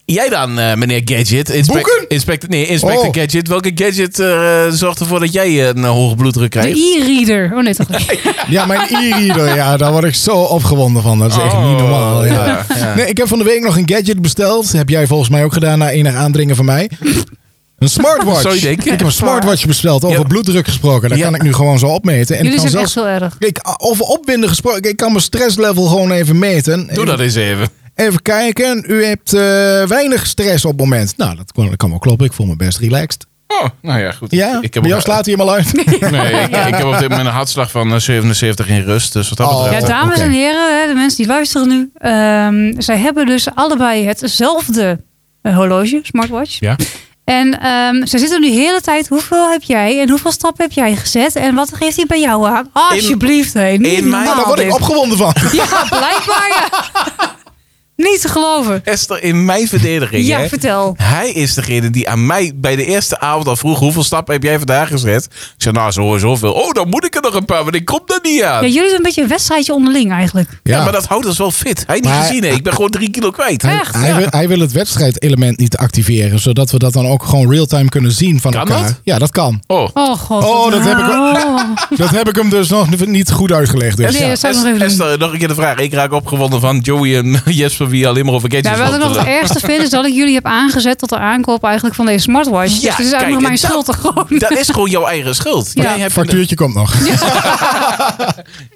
Speaker 3: Jij dan, eh, meneer Gadget. Inspect-
Speaker 2: Boeken?
Speaker 3: Inspect, nee, Inspector
Speaker 2: Oh.
Speaker 3: Gadget. Welke gadget eh, zorgt ervoor dat jij een hoge bloeddruk
Speaker 1: De
Speaker 3: krijgt?
Speaker 1: e-reader. Oh nee, toch niet.
Speaker 2: Ja, mijn e-reader, ja, daar word ik zo opgewonden van. Dat is echt
Speaker 3: Oh,
Speaker 2: niet normaal. Ja.
Speaker 3: ja, ja.
Speaker 2: Nee, ik heb van de week nog een gadget besteld. Heb jij volgens mij ook gedaan na enig aandringen van mij. Een smartwatch.
Speaker 3: Zou je denken?
Speaker 2: Ik heb een smartwatch besteld. Over
Speaker 3: Ja.
Speaker 2: bloeddruk gesproken. Dat
Speaker 3: Ja.
Speaker 2: kan ik nu gewoon zo opmeten. En
Speaker 1: Jullie
Speaker 2: ik kan
Speaker 1: zijn echt
Speaker 2: zelfs,
Speaker 1: zo erg.
Speaker 2: ik, eh, over opwinden gesproken. Ik kan mijn stresslevel gewoon even meten.
Speaker 3: Doe dat eens even.
Speaker 2: Even kijken. U hebt eh, weinig stress op het moment. Nou, dat kan, dat kan wel kloppen. Ik voel me best relaxed.
Speaker 3: Oh, nou ja, goed.
Speaker 2: Ja,
Speaker 3: ik heb
Speaker 2: bij jou
Speaker 3: ook-
Speaker 2: slaat hij hem al uit.
Speaker 3: Nee, ik, ik heb op dit moment een hartslag van eh, 77 in rust. Dus wat dat
Speaker 2: Oh.
Speaker 1: Ja,
Speaker 3: betreft.
Speaker 1: dames
Speaker 2: oké.
Speaker 1: en heren, hè, de mensen die luisteren nu. ehm, zij hebben dus allebei hetzelfde eh, horloge, smartwatch.
Speaker 3: Ja.
Speaker 1: En ehm zij zitten nu de hele tijd, hoeveel heb jij en hoeveel stappen heb jij gezet? En wat geeft hij bij jou aan? Alsjeblieft, hé. Niet
Speaker 2: Ja,
Speaker 3: in mijn-
Speaker 1: normaal
Speaker 2: daar word ik
Speaker 1: dit.
Speaker 2: opgewonden van.
Speaker 1: Ja, blijkbaar. ja. niet te geloven.
Speaker 3: Esther, in mijn verdediging.
Speaker 1: Ja,
Speaker 3: hè?
Speaker 1: vertel.
Speaker 3: Hij is degene die aan mij bij de eerste avond al vroeg: hoeveel stappen heb jij vandaag gezet? Ik zei, nou, zo, zoveel. Oh, dan moet ik er nog een paar, want ik kom er niet
Speaker 1: Ja,
Speaker 3: aan. Ja,
Speaker 1: jullie zijn een beetje een wedstrijdje onderling eigenlijk.
Speaker 3: maar dat houdt ons wel fit. Hij heeft niet
Speaker 2: Maar-
Speaker 3: gezien, hè? ik ben gewoon drie kilo kwijt.
Speaker 1: Hè? Echt?
Speaker 2: Hij, wil, hij wil het wedstrijdelement niet activeren, zodat we dat dan ook gewoon real-time kunnen zien van
Speaker 3: Kan
Speaker 2: elkaar.
Speaker 3: dat?
Speaker 2: Ja, dat kan.
Speaker 3: Oh.
Speaker 1: Oh god.
Speaker 2: Oh, dat heb ik wel-
Speaker 1: Oh.
Speaker 2: Dat heb ik hem dus nog niet goed uitgelegd. Dus.
Speaker 1: Nee, dat zou ik
Speaker 3: Es-
Speaker 1: nog even doen.
Speaker 3: Esther, nog een keer de vraag. Ik raak opgewonden van Joey en Jesper, wie alleen maar over gadgets
Speaker 1: Nou, wat ik
Speaker 3: lopen
Speaker 1: nog
Speaker 3: te
Speaker 1: het ergste vind, is dat ik jullie heb aangezet tot de aankoop eigenlijk van deze smartwatch.
Speaker 3: Ja,
Speaker 1: dus het is eigenlijk
Speaker 3: kijk,
Speaker 1: nog mijn
Speaker 3: en
Speaker 1: schuld
Speaker 3: dat-
Speaker 1: gewoon.
Speaker 3: lullen. Dat is gewoon jouw eigen schuld.
Speaker 1: Ja.
Speaker 3: Jij, hebt,
Speaker 2: Factuurtje
Speaker 1: dus-
Speaker 2: komt nog.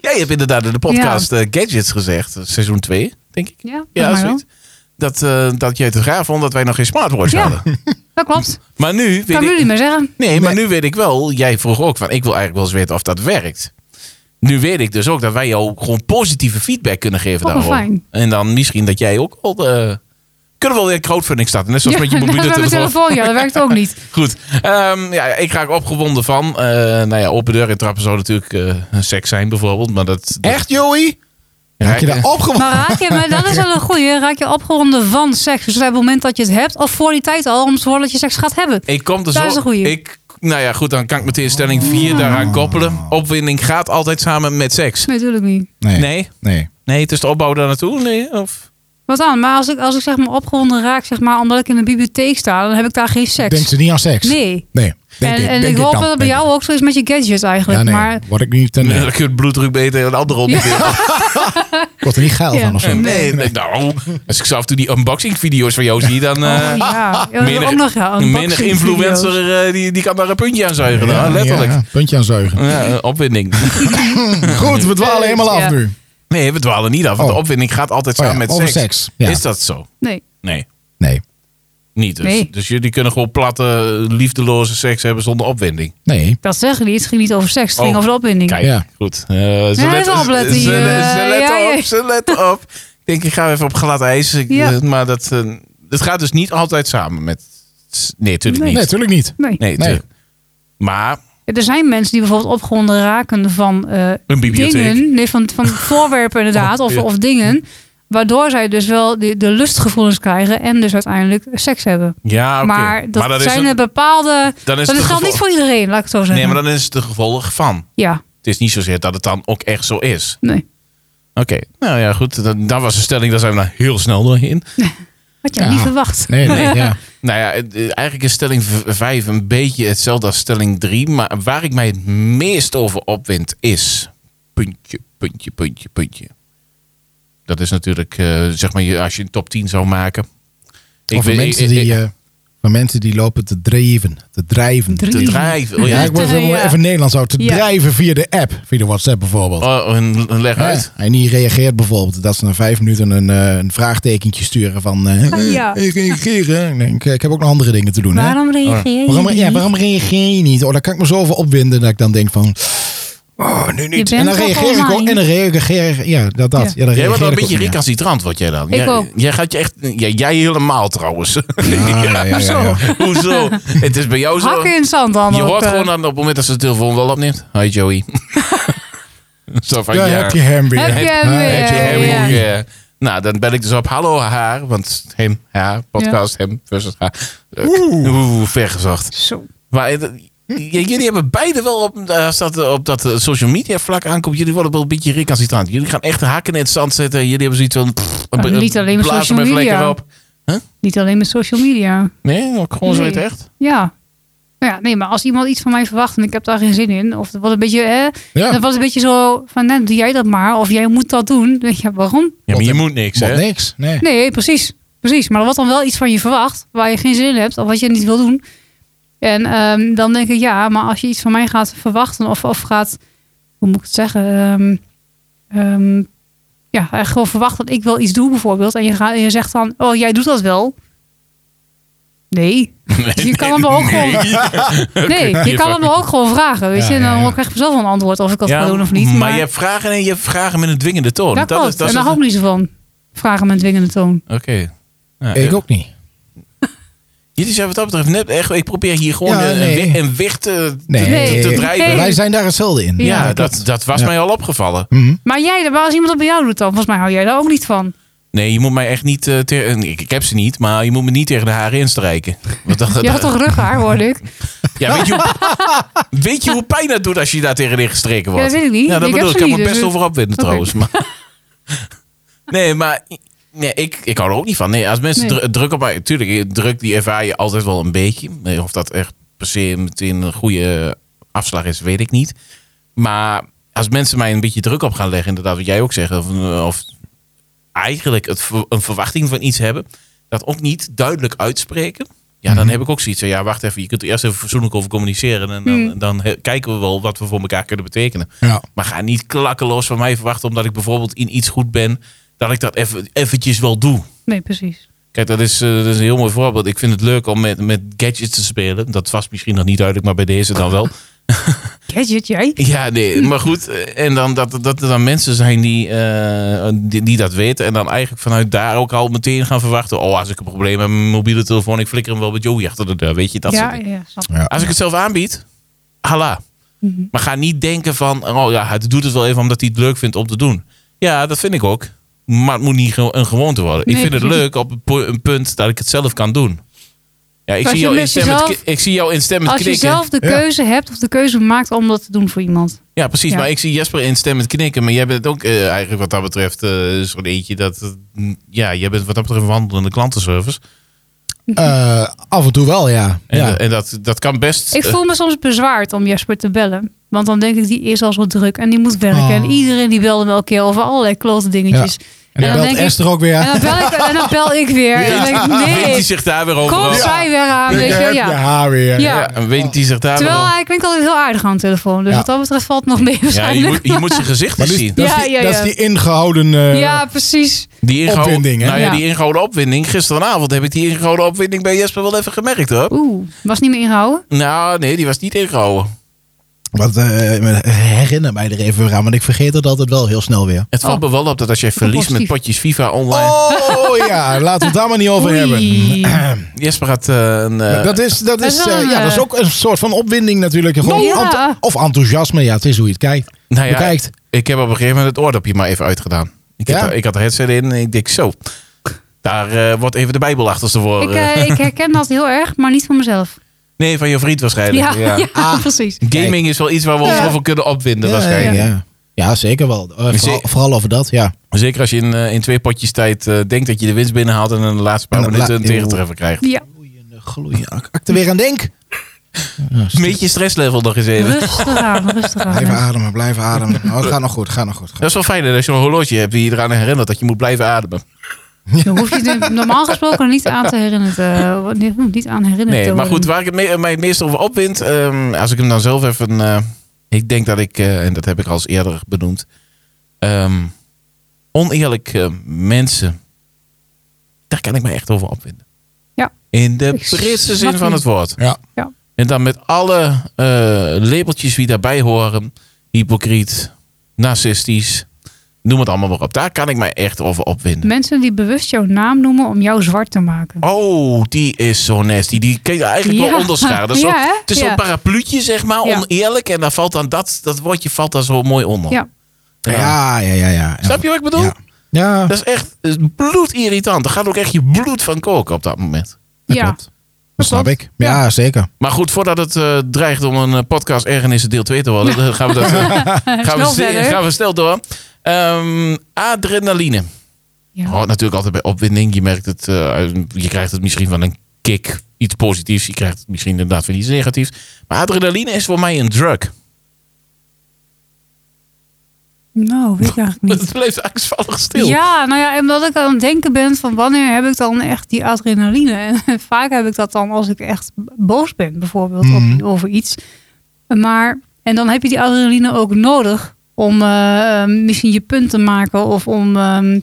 Speaker 3: jij hebt inderdaad in de podcast eh, Gadgets gezegd, seizoen 2, denk ik.
Speaker 1: Ja,
Speaker 3: Ja,
Speaker 1: volgens mij wel.
Speaker 3: zoiets. Dat, eh, dat jij het raar vond dat wij nog geen smartwatch
Speaker 1: Ja.
Speaker 3: hadden.
Speaker 1: dat klopt.
Speaker 3: Maar nu weet
Speaker 1: Kan
Speaker 3: ik,
Speaker 1: jullie maar zeggen.
Speaker 3: Nee, maar nu weet ik wel, jij vroeg ook van ik wil eigenlijk wel eens weten of dat werkt. Nu weet ik dus ook dat wij jou gewoon positieve feedback kunnen geven
Speaker 1: Oh,
Speaker 3: daarover.
Speaker 1: fijn.
Speaker 3: En dan misschien dat jij ook al. eh, kunnen we wel weer crowdfunding starten, net zoals
Speaker 1: ja,
Speaker 3: met je mobiele
Speaker 1: met mijn
Speaker 3: telefoon.
Speaker 1: telefoon, ja, dat werkt ook niet.
Speaker 3: Goed, Ehm, ja, ik raak opgewonden van. eh, nou ja, open deur intrappen zou natuurlijk eh, seks zijn bijvoorbeeld, maar dat...
Speaker 2: Echt, Joey?
Speaker 3: Ja,
Speaker 2: Raak je
Speaker 3: ja.
Speaker 2: daar opgewonden?
Speaker 1: Maar raak je, maar dat is wel een goeie, raak je opgewonden van seks. Dus op het moment dat je het hebt, of voor die tijd al, om te horen dat je seks gaat hebben.
Speaker 3: Ik kom er
Speaker 1: Dat
Speaker 3: zo...
Speaker 1: is een goeie.
Speaker 3: Ik, nou ja, goed, dan kan ik meteen stelling
Speaker 2: Ah.
Speaker 3: 4 daaraan koppelen. Opwinding gaat altijd samen met seks.
Speaker 1: Nee, natuurlijk niet.
Speaker 2: Nee. Nee.
Speaker 3: Nee? Nee, het is de opbouw daar naartoe? Nee? Of...
Speaker 1: Wat dan? Maar als ik, als ik zeg maar opgewonden raak, zeg maar, omdat ik in een bibliotheek sta, dan heb ik daar geen seks.
Speaker 2: Denkt ze niet aan seks?
Speaker 1: Nee.
Speaker 2: Nee. Denk
Speaker 1: en
Speaker 2: ik,
Speaker 1: en
Speaker 2: denk
Speaker 1: ik hoop
Speaker 2: dan,
Speaker 1: dat het bij
Speaker 2: denk
Speaker 1: jou
Speaker 2: ik.
Speaker 1: ook zo is met je gadgets eigenlijk.
Speaker 2: Ja, nee.
Speaker 1: Maar
Speaker 2: Word ik niet... eh,
Speaker 3: Nee.
Speaker 2: nee.
Speaker 3: Dan kun je de bloeddruk beter een andere opnemen.
Speaker 2: Ik word er niet geil
Speaker 1: Ja.
Speaker 2: van of zo.
Speaker 3: Nee, nee, nou, als ik zo af en toe die unboxing video's van jou zie, dan... eh
Speaker 1: Oh, ja. Ja,
Speaker 3: menig-
Speaker 1: ook nog, ja,
Speaker 3: menig
Speaker 1: unboxing
Speaker 3: influencer
Speaker 1: video's.
Speaker 3: eh, die, die kan daar een puntje aan zuigen.
Speaker 2: Ja,
Speaker 3: nou, letterlijk.
Speaker 2: ja, puntje aan zuigen.
Speaker 3: Ja. eh, opwinding.
Speaker 2: Goed, we dwalen helemaal af
Speaker 1: Ja.
Speaker 2: nu.
Speaker 3: Nee, we dwalen niet af. Want
Speaker 2: Oh.
Speaker 3: de opwinding gaat altijd
Speaker 2: Oh
Speaker 3: samen
Speaker 2: ja,
Speaker 3: met
Speaker 2: over
Speaker 3: seks.
Speaker 2: seks, ja.
Speaker 3: Is dat zo?
Speaker 1: Nee.
Speaker 3: Nee,
Speaker 2: Nee,
Speaker 3: niet dus.
Speaker 1: Nee.
Speaker 3: Dus jullie kunnen gewoon platte, liefdeloze seks hebben zonder opwinding.
Speaker 2: nee.
Speaker 1: Dat zeggen die. Het ging niet over seks. Het ging
Speaker 3: Oh.
Speaker 1: over de opwinding.
Speaker 3: Kijk,
Speaker 2: Ja.
Speaker 3: goed. Eh, ze
Speaker 1: Ja,
Speaker 3: letten
Speaker 1: even opletten
Speaker 3: ze-
Speaker 1: hier,
Speaker 3: ze- ze
Speaker 1: eh,
Speaker 3: letten
Speaker 1: ja,
Speaker 3: op,
Speaker 1: ja.
Speaker 3: ze letten op. Ik denk, ik ga even op glad ijs. Ik-
Speaker 1: Ja.
Speaker 3: eh, Maar dat, eh, dat gaat dus niet altijd samen met... Nee, natuurlijk
Speaker 2: Nee,
Speaker 3: niet.
Speaker 2: natuurlijk niet.
Speaker 1: Nee.
Speaker 3: Nee,
Speaker 2: Nee.
Speaker 3: tuurlijk. Maar
Speaker 1: Er zijn mensen die bijvoorbeeld opgewonden raken van eh,
Speaker 3: een bibliotheek.
Speaker 1: dingen. Nee, van, van voorwerpen inderdaad.
Speaker 3: Oh,
Speaker 1: of,
Speaker 3: ja.
Speaker 1: of dingen. Waardoor zij dus wel de, de lustgevoelens krijgen. En dus uiteindelijk seks hebben.
Speaker 3: Ja, Ah, oké.
Speaker 1: Maar dat
Speaker 3: dan is
Speaker 1: zijn
Speaker 3: een-
Speaker 1: er bepaalde...
Speaker 3: dan is
Speaker 1: Dat
Speaker 3: het een
Speaker 1: geldt niet
Speaker 3: gevolg-
Speaker 1: voor iedereen, laat ik het zo zeggen.
Speaker 3: Nee, maar dan is het een gevolg van.
Speaker 1: Ja,
Speaker 3: Het is niet zozeer dat het dan ook echt zo is.
Speaker 1: nee.
Speaker 3: Oké, nou ja, goed. Dat, dat was een stelling, daar zijn we nou heel snel doorheen.
Speaker 1: Had je
Speaker 2: Ja.
Speaker 1: niet verwacht.
Speaker 2: Nee, nee, ja.
Speaker 3: Nou ja, het- eh, eigenlijk is stelling 5 een beetje hetzelfde als stelling 3. Maar waar ik mij het meest over opwind is... Puntje, puntje, puntje, puntje. Dat is natuurlijk, eh, zeg maar, je- als je een top 10 zou maken.
Speaker 2: Of van
Speaker 3: weet-
Speaker 2: mensen,
Speaker 3: ik-
Speaker 2: die,
Speaker 3: ik-
Speaker 2: eh, van mensen die lopen te drijven. Te drijven.
Speaker 1: Drie.
Speaker 3: te drijven. Oh,
Speaker 2: Ja,
Speaker 3: ja.
Speaker 2: ik word
Speaker 1: Ja.
Speaker 2: even, even Nederlands zo. Te
Speaker 1: Ja.
Speaker 2: drijven via de app. Via de WhatsApp bijvoorbeeld.
Speaker 3: Oh, een- een leg
Speaker 2: Ja,
Speaker 3: uit.
Speaker 2: En die reageert bijvoorbeeld dat ze na vijf minuten een, eh, een vraagtekentje sturen van... eh,
Speaker 1: Ja.
Speaker 2: Ik reageer. Ik, denk, eh, ik heb ook nog andere dingen te doen. hè?
Speaker 1: Waarom reageer je
Speaker 2: Oh. Waarom,
Speaker 1: niet?
Speaker 2: ja, waarom reageer je niet? Oh, daar kan ik me zo over opwinden dat ik dan denk van... Oh, nu niet.
Speaker 1: bent
Speaker 2: en dan
Speaker 1: toch
Speaker 2: reageer ik ook.
Speaker 1: online?
Speaker 2: En dan reageer ik... Ja, dat,
Speaker 1: Ja.
Speaker 2: dat. Ja. dan
Speaker 3: Jij
Speaker 2: reageer
Speaker 3: wordt wel een
Speaker 2: ik ook
Speaker 3: beetje
Speaker 2: niet.
Speaker 3: recalcitrant, word jij dan.
Speaker 1: Ik
Speaker 3: jij,
Speaker 1: ook.
Speaker 3: Jij gaat je echt... ja, jij helemaal trouwens.
Speaker 2: Ja, ja, ja, ja, ja.
Speaker 3: Hoezo? Het is bij jou zo...
Speaker 1: Hakken in het zand dan.
Speaker 3: Je
Speaker 1: ook,
Speaker 3: hoort
Speaker 1: eh.
Speaker 3: gewoon aan, op het moment dat ze de telefoon wel opneemt. Hi Joey. zo van,
Speaker 2: Ja,
Speaker 3: ja.
Speaker 2: heb je hem weer.
Speaker 1: Heb je hem
Speaker 2: Ah,
Speaker 1: weer,
Speaker 3: Heb je hem
Speaker 1: ja.
Speaker 3: ook, eh, Nou, dan bel ik dus op hallo haar. Want hem, haar, podcast, hem versus haar. Eh,
Speaker 2: Oeh.
Speaker 3: Oeh, vergezocht.
Speaker 1: Zo.
Speaker 3: Maar eh, dat- j- jullie hebben beide wel op, eh, als dat, eh, op dat eh, social media vlak aankomt. Jullie worden wel een beetje recalcitrant. Jullie gaan echt haken in het zand zetten. Jullie hebben zoiets van... pff,
Speaker 1: Nou,
Speaker 3: eh,
Speaker 1: niet alleen met
Speaker 3: blaas hem
Speaker 1: social
Speaker 3: even lekker
Speaker 1: media.
Speaker 3: op.
Speaker 1: Niet alleen met social media.
Speaker 3: Nee, ook gewoon zo in het
Speaker 1: Nee.
Speaker 3: echt.
Speaker 1: Ja. Nou ja, nee, maar als iemand iets van mij verwacht en ik heb daar geen zin in, of dat was een beetje, hè,
Speaker 2: Ja.
Speaker 1: eh, dat was een beetje zo van, nou, doe jij dat maar, of jij moet dat doen. Weet je, waarom?
Speaker 3: Ja, maar
Speaker 2: Want
Speaker 3: je
Speaker 2: het-
Speaker 3: moet niks,
Speaker 2: Wat
Speaker 3: hè?
Speaker 2: niks. Nee.
Speaker 1: Nee, precies. Precies. Maar er wordt dan wel iets van je verwacht waar je geen zin in hebt of wat je niet wil doen. En ehm, dan denk ik, ja, maar als je iets van mij gaat verwachten of, of gaat, hoe moet ik het zeggen? Ehm, ehm, ja, echt gewoon verwacht dat ik wel iets doe bijvoorbeeld. En je, gaat, en je zegt dan, oh, jij doet dat wel. Nee. je kan hem ook gewoon. Nee, je kan hem ook gewoon vragen. Weet
Speaker 2: Ja,
Speaker 1: je, en dan
Speaker 2: ja, ja.
Speaker 1: krijg je zelf wel een antwoord of ik dat
Speaker 3: Ja,
Speaker 1: ga doen of niet. Maar,
Speaker 3: Maar je hebt vragen en je hebt vragen met een dwingende toon.
Speaker 1: dat, klopt.
Speaker 3: is- Oh, dat
Speaker 1: en
Speaker 3: is
Speaker 1: daar hou ik niet zo van. Vragen met dwingende toon.
Speaker 3: Oké. Ja,
Speaker 2: Ik
Speaker 3: eh,
Speaker 2: ook niet.
Speaker 3: Jullie zijn wat dat betreft net echt... Ik probeer hier gewoon
Speaker 2: Ja,
Speaker 3: een,
Speaker 2: nee.
Speaker 3: wi- een wicht eh, te,
Speaker 2: Nee.
Speaker 3: te- te
Speaker 2: Nee.
Speaker 3: drijven.
Speaker 1: Nee.
Speaker 2: Wij zijn daar hetzelfde in.
Speaker 1: Ja,
Speaker 3: Ja,
Speaker 2: dat
Speaker 3: dat,
Speaker 2: klopt.
Speaker 3: dat was
Speaker 2: Ja.
Speaker 3: mij al opgevallen.
Speaker 2: Mhm.
Speaker 1: Maar jij, maar als iemand dat bij jou doet dan, volgens mij hou jij daar ook niet van.
Speaker 3: Nee, je moet mij echt niet... eh, te- eh, ik, ik heb ze niet, maar je moet me niet tegen de haren instrijken. Want dat,
Speaker 1: Je had toch rughaar, hoorde ik?
Speaker 3: ja, weet, je hoe, weet je hoe pijn dat doet als je daar tegen ingestreken wordt?
Speaker 1: Ja, dat weet ik niet.
Speaker 3: Ja, dat
Speaker 1: Ik
Speaker 3: bedoel
Speaker 1: heb
Speaker 3: ik.
Speaker 1: ze
Speaker 3: Ik kan
Speaker 1: niet, dus
Speaker 3: me best
Speaker 1: het-
Speaker 3: over opwinden
Speaker 1: Oké.
Speaker 3: trouwens. Maar, nee, maar nee, ik, ik hou er ook niet van. Nee, als mensen
Speaker 1: Nee.
Speaker 3: dru- druk op mij... Tuurlijk, je- druk die ervaar je altijd wel een beetje. Nee, Of dat echt per se meteen een goede afslag is, weet ik niet. Maar als mensen mij een beetje druk op gaan leggen... Inderdaad, wat jij ook zegt. Of, of eigenlijk het, ver- een verwachting van iets hebben... Dat ook niet duidelijk uitspreken... Ja, dan heb ik ook zoiets van, ja, wacht even. Je kunt er eerst even fatsoenlijk over communiceren. En dan, dan he- kijken we wel wat we voor elkaar kunnen betekenen.
Speaker 2: Ja.
Speaker 3: Maar ga niet klakkeloos van mij verwachten omdat ik bijvoorbeeld in iets goed ben, dat ik dat even, eventjes wel doe.
Speaker 1: Nee, precies.
Speaker 3: Kijk, dat is, eh, dat is een heel mooi voorbeeld. Ik vind het leuk om met, met gadgets te spelen. Dat was misschien nog niet duidelijk, maar bij deze dan wel.
Speaker 1: Gadget, jij?
Speaker 3: Ja, nee, maar goed. eh, En dan dat, dat er dan mensen zijn die, eh, die, die dat weten. En dan eigenlijk vanuit daar ook al meteen gaan verwachten. Oh, als ik een probleem heb met mijn mobiele telefoon, ik flikker hem wel met Joey achter de deur. Weet je, dat soort
Speaker 1: ja,
Speaker 3: dingen.
Speaker 1: ja, snap ik.
Speaker 2: Ja.
Speaker 3: Als ik het zelf aanbied, hala.
Speaker 1: Mhm.
Speaker 3: Maar ga niet denken van, oh ja, hij doet het wel even omdat hij het leuk vindt om te doen. Ja, dat vind ik ook. Maar het moet niet ge- een gewoonte worden. ik
Speaker 1: Nee,
Speaker 3: vind het
Speaker 1: precies.
Speaker 3: leuk op een po- een punt dat ik het zelf kan doen. Ja, ik,
Speaker 1: Als
Speaker 3: zie
Speaker 1: je
Speaker 3: jou,
Speaker 1: met
Speaker 3: instemmend
Speaker 1: jezelf-
Speaker 3: ki- ik zie jou instemmend
Speaker 1: Als je
Speaker 3: knikken.
Speaker 1: zelf de
Speaker 2: Ja.
Speaker 1: keuze hebt of de keuze maakt om dat te doen voor iemand.
Speaker 3: Ja, precies.
Speaker 1: Ja.
Speaker 3: Maar ik zie Jesper instemmend knikken. Maar jij bent ook eh, eigenlijk wat dat betreft eh zo'n eentje dat... eh, ja, jij bent wat dat betreft een wandelende klantenservice.
Speaker 2: Eh, af en toe wel, ja.
Speaker 3: En,
Speaker 2: ja.
Speaker 3: en dat, dat kan best...
Speaker 1: Ik
Speaker 3: eh,
Speaker 1: voel me soms bezwaard om Jesper te bellen. Want dan denk ik, die is al zo druk en die moet werken.
Speaker 2: Oh.
Speaker 1: En iedereen die belde me elke keer over allerlei klote dingetjes.
Speaker 2: En dan belt
Speaker 1: denk ik,
Speaker 2: Esther ook weer
Speaker 1: en
Speaker 2: aan.
Speaker 1: dan bel ik, en dan bel ik weer. En dan denk ik,
Speaker 3: Wint hij
Speaker 1: nee,
Speaker 3: zich daar weer
Speaker 1: kom
Speaker 3: over?
Speaker 1: zij weer aan. Weet je,
Speaker 2: heb je
Speaker 1: ja.
Speaker 2: haar weer.
Speaker 1: Ja.
Speaker 3: En wint hij zich daar weer
Speaker 1: Terwijl
Speaker 3: over?
Speaker 1: hij klinkt altijd heel aardig aan de telefoon. Dus
Speaker 2: Ja.
Speaker 1: wat dat betreft valt het nog mee
Speaker 3: Ja, je moet,
Speaker 1: waarschijnlijk.
Speaker 3: je moet zijn gezicht
Speaker 2: Maar
Speaker 3: eens
Speaker 2: dat is,
Speaker 3: zien.
Speaker 2: dat
Speaker 1: Ja,
Speaker 2: is die,
Speaker 1: ja,
Speaker 2: dat is
Speaker 1: ja.
Speaker 2: die ingehouden... eh,
Speaker 1: Ja, precies.
Speaker 3: Die ingehouden-
Speaker 2: Opwinding, hè?
Speaker 3: Nou ja,
Speaker 1: Ja.
Speaker 3: die ingehouden opwinding. Gisteravond heb ik die ingehouden opwinding bij Jesper wel even gemerkt hoor.
Speaker 1: Oeh, was niet meer ingehouden.
Speaker 3: Nou, nee, die was niet ingehouden.
Speaker 2: Wat, eh, herinner mij er even weer aan, want ik vergeet dat altijd wel heel snel weer.
Speaker 3: Het valt me wel op dat als jij verliest met
Speaker 1: Oh. positief.
Speaker 3: potjes FIFA online.
Speaker 2: Oh ja, laten we het daar maar niet over
Speaker 1: Oei.
Speaker 2: Eh, hebben.
Speaker 3: Jesper had eh, een. eh,
Speaker 2: dat is, dat
Speaker 1: dat
Speaker 2: is,
Speaker 1: is wel
Speaker 2: eh,
Speaker 1: een,
Speaker 2: ja, dat is
Speaker 1: eh,
Speaker 2: ook een soort van opwinding natuurlijk. Gewoon
Speaker 1: Ja.
Speaker 2: ent- of enthousiasme, ja, het is hoe je het kijkt.
Speaker 3: nou ja,
Speaker 2: bekijkt.
Speaker 3: ik heb op een gegeven moment het oordopje maar even uitgedaan. Ik,
Speaker 2: Ja?
Speaker 3: had, ik had de headset in en ik denk zo. Daar eh, wordt even de Bijbel achterstevoren.
Speaker 1: Ik, eh, ik herken dat heel erg, maar niet van mezelf.
Speaker 3: nee, van je vriend waarschijnlijk.
Speaker 1: Ja,
Speaker 3: Ja, Ah.
Speaker 1: ja. precies.
Speaker 3: Gaming is wel iets waar we ons
Speaker 2: Ja.
Speaker 3: over kunnen opwinden
Speaker 2: ja,
Speaker 3: waarschijnlijk.
Speaker 2: ja. Ja, zeker wel. Eh, vooral,
Speaker 3: Ze-
Speaker 2: vooral over dat, ja.
Speaker 3: Zeker als je in, eh, in twee potjes tijd eh, denkt dat je de winst binnenhaalt en in de laatste paar
Speaker 2: En de
Speaker 3: minuten
Speaker 2: la-
Speaker 3: een tegentreffer krijgt.
Speaker 1: Ja,
Speaker 2: Gloeiende acte weer aan denk.
Speaker 3: Een beetje stresslevel nog eens even.
Speaker 1: rustig aan, rustig aan.
Speaker 2: Blijven
Speaker 1: mensen.
Speaker 2: ademen, blijven ademen. Oh, het gaat nog goed, gaat nog goed.
Speaker 3: Dat is wel fijn hè, dat je een horloge hebt die je eraan herinnert dat je moet blijven ademen.
Speaker 1: Dan hoef je het normaal gesproken niet aan te herinneren. eh, te- niet- niet aan herinneren
Speaker 3: Nee,
Speaker 1: te
Speaker 3: maar goed,
Speaker 1: worden.
Speaker 3: waar ik het me- mij het meest over opwind, ehm, als ik hem dan zelf even... eh, ik denk dat ik, eh, en dat heb ik al eens eerder benoemd, ehm, oneerlijk eh, mensen, daar kan ik me echt over opwinden.
Speaker 1: Ja.
Speaker 3: In de
Speaker 1: Ik
Speaker 3: Britse
Speaker 1: snap
Speaker 3: zin van
Speaker 1: je.
Speaker 3: het woord.
Speaker 2: Ja.
Speaker 1: Ja.
Speaker 3: En dan met alle eh, labeltjes die daarbij horen. Hypocriet, narcistisch, noem het allemaal maar op. Daar kan ik mij echt over opwinden.
Speaker 1: Mensen die bewust jouw naam noemen om jou zwart te maken.
Speaker 3: Oh, die is zo nasty. Die kun je eigenlijk wel
Speaker 1: Ja.
Speaker 3: onderscharen. Dat is
Speaker 1: Ja,
Speaker 3: zo-
Speaker 1: hè?
Speaker 3: het is
Speaker 1: Ja.
Speaker 3: zo'n parapluutje, zeg maar,
Speaker 1: Ja.
Speaker 3: oneerlijk. En daar valt dan dat, dat woordje valt daar zo mooi onder.
Speaker 1: Ja.
Speaker 2: Ja, ja, ja, ja.
Speaker 3: Snap je wat ik bedoel?
Speaker 2: Ja. Ja,
Speaker 3: Dat is echt dat is bloedirritant. Daar gaat ook echt je bloed van koken op dat moment.
Speaker 1: ja.
Speaker 2: klopt. dat snap
Speaker 1: klopt.
Speaker 2: ik. Ja, zeker.
Speaker 3: Maar goed, voordat het eh, dreigt om een eh, podcast ergernissen deel 2 te worden, dan gaan we dat eh, gaan, we
Speaker 1: Snel
Speaker 3: ste-
Speaker 1: verder.
Speaker 3: gaan we snel door. Ehm, adrenaline.
Speaker 1: Ja.
Speaker 3: Hoort natuurlijk altijd bij opwinding. Je merkt het, eh, je krijgt het misschien van een kick, iets positiefs. Je krijgt het misschien inderdaad van iets negatiefs. Maar adrenaline is voor mij een drug.
Speaker 1: Nou, weet ik eigenlijk niet.
Speaker 3: Het blijft angstvallig stil.
Speaker 1: Ja, nou ja, en omdat ik aan het denken ben van wanneer heb ik dan echt die adrenaline? En vaak heb ik dat dan als ik echt boos ben, bijvoorbeeld, op, over iets. Maar, en dan heb je die adrenaline ook nodig om eh, misschien je punt te maken of om, ehm,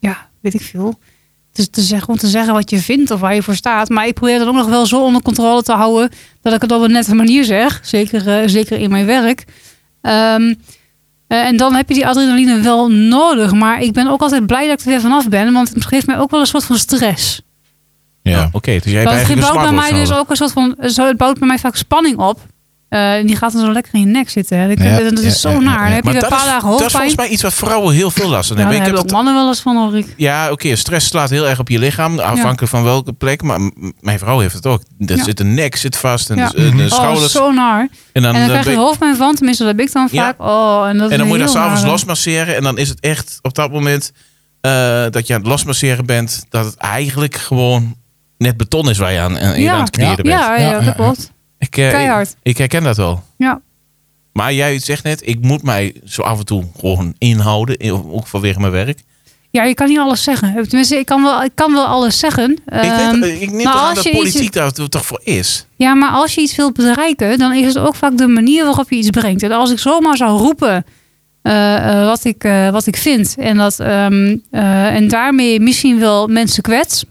Speaker 1: ja, weet ik veel. Dus te zeggen, om te zeggen wat je vindt of waar je voor staat. Maar ik probeer dat ook nog wel zo onder controle te houden dat ik het op een nette manier zeg. Zeker, eh, zeker in mijn werk. Ehm, eh, en dan heb je die adrenaline wel nodig. Maar ik ben ook altijd blij dat ik er weer vanaf ben. Want het geeft mij ook wel een soort van stress.
Speaker 3: Ja, Oké, dus jij
Speaker 1: Want het
Speaker 3: hebt eigenlijk een
Speaker 1: bouwt bij
Speaker 3: smartwatch
Speaker 1: mij dus
Speaker 3: nodig.
Speaker 1: ook een soort van. Zo, het bouwt bij mij vaak spanning op. Eh, en die gaat dan zo lekker in je nek zitten. Hè. Dat,
Speaker 2: Ja,
Speaker 1: dat is
Speaker 2: ja,
Speaker 1: zo
Speaker 2: ja, ja,
Speaker 1: naar. Dan
Speaker 2: ja.
Speaker 1: heb
Speaker 3: Maar
Speaker 1: je weer
Speaker 3: dat
Speaker 1: een paar
Speaker 3: is,
Speaker 1: dagen
Speaker 3: dat is
Speaker 1: hoofdpijn.
Speaker 3: volgens mij iets waar vrouwen heel veel last van
Speaker 1: Ja, daar
Speaker 3: hebben. Ik
Speaker 1: hebben
Speaker 3: heb
Speaker 1: ook mannen
Speaker 3: dat-
Speaker 1: wel eens van, hoor ik.
Speaker 3: Ja, oké, stress slaat heel erg op je lichaam, afhankelijk van welke plek. Maar m- mijn vrouw heeft het ook. Er
Speaker 1: Ja.
Speaker 3: zit de nek zit vast en eh,
Speaker 1: Ja.
Speaker 3: de, de
Speaker 1: Oh,
Speaker 3: schouders.
Speaker 1: zo naar.
Speaker 3: en
Speaker 1: En dan
Speaker 3: dan, eh,
Speaker 1: krijg je
Speaker 3: ben-
Speaker 1: er hoofdpijn van. Tenminste, dat heb ik dan
Speaker 3: Ja.
Speaker 1: vaak. Oh, en, dat
Speaker 3: en dan moet je dat s'avonds
Speaker 1: los
Speaker 3: losmasseren. En dan is het echt op dat moment eh, dat je aan het losmasseren bent, dat het eigenlijk gewoon net beton is waar je aan, aan, je aan het
Speaker 1: ja,
Speaker 3: creëren bent.
Speaker 1: ja,
Speaker 2: Ja,
Speaker 1: ja,
Speaker 2: ja, ja.
Speaker 1: dat klopt.
Speaker 3: Ik, eh,
Speaker 1: Keihard.
Speaker 3: Ik, ik herken dat wel.
Speaker 1: Ja.
Speaker 3: Maar jij zegt net, ik moet mij zo af en toe gewoon inhouden, in- ook vanwege mijn werk.
Speaker 1: Ja, je kan niet alles zeggen. Tenminste, ik kan wel, ik kan wel alles zeggen.
Speaker 3: ik,
Speaker 1: Ehm,
Speaker 3: denk, dat- ik neem
Speaker 1: maar
Speaker 3: toch aan
Speaker 1: als
Speaker 3: dat
Speaker 1: je iets-
Speaker 3: politiek daar toch voor is.
Speaker 1: Ja, maar als je iets wilt bereiken, dan is het ook vaak de manier waarop je iets brengt. En als ik zomaar zou roepen eh, eh, wat, ik, eh, wat ik vind en, dat, ehm, eh, en daarmee misschien wel mensen kwets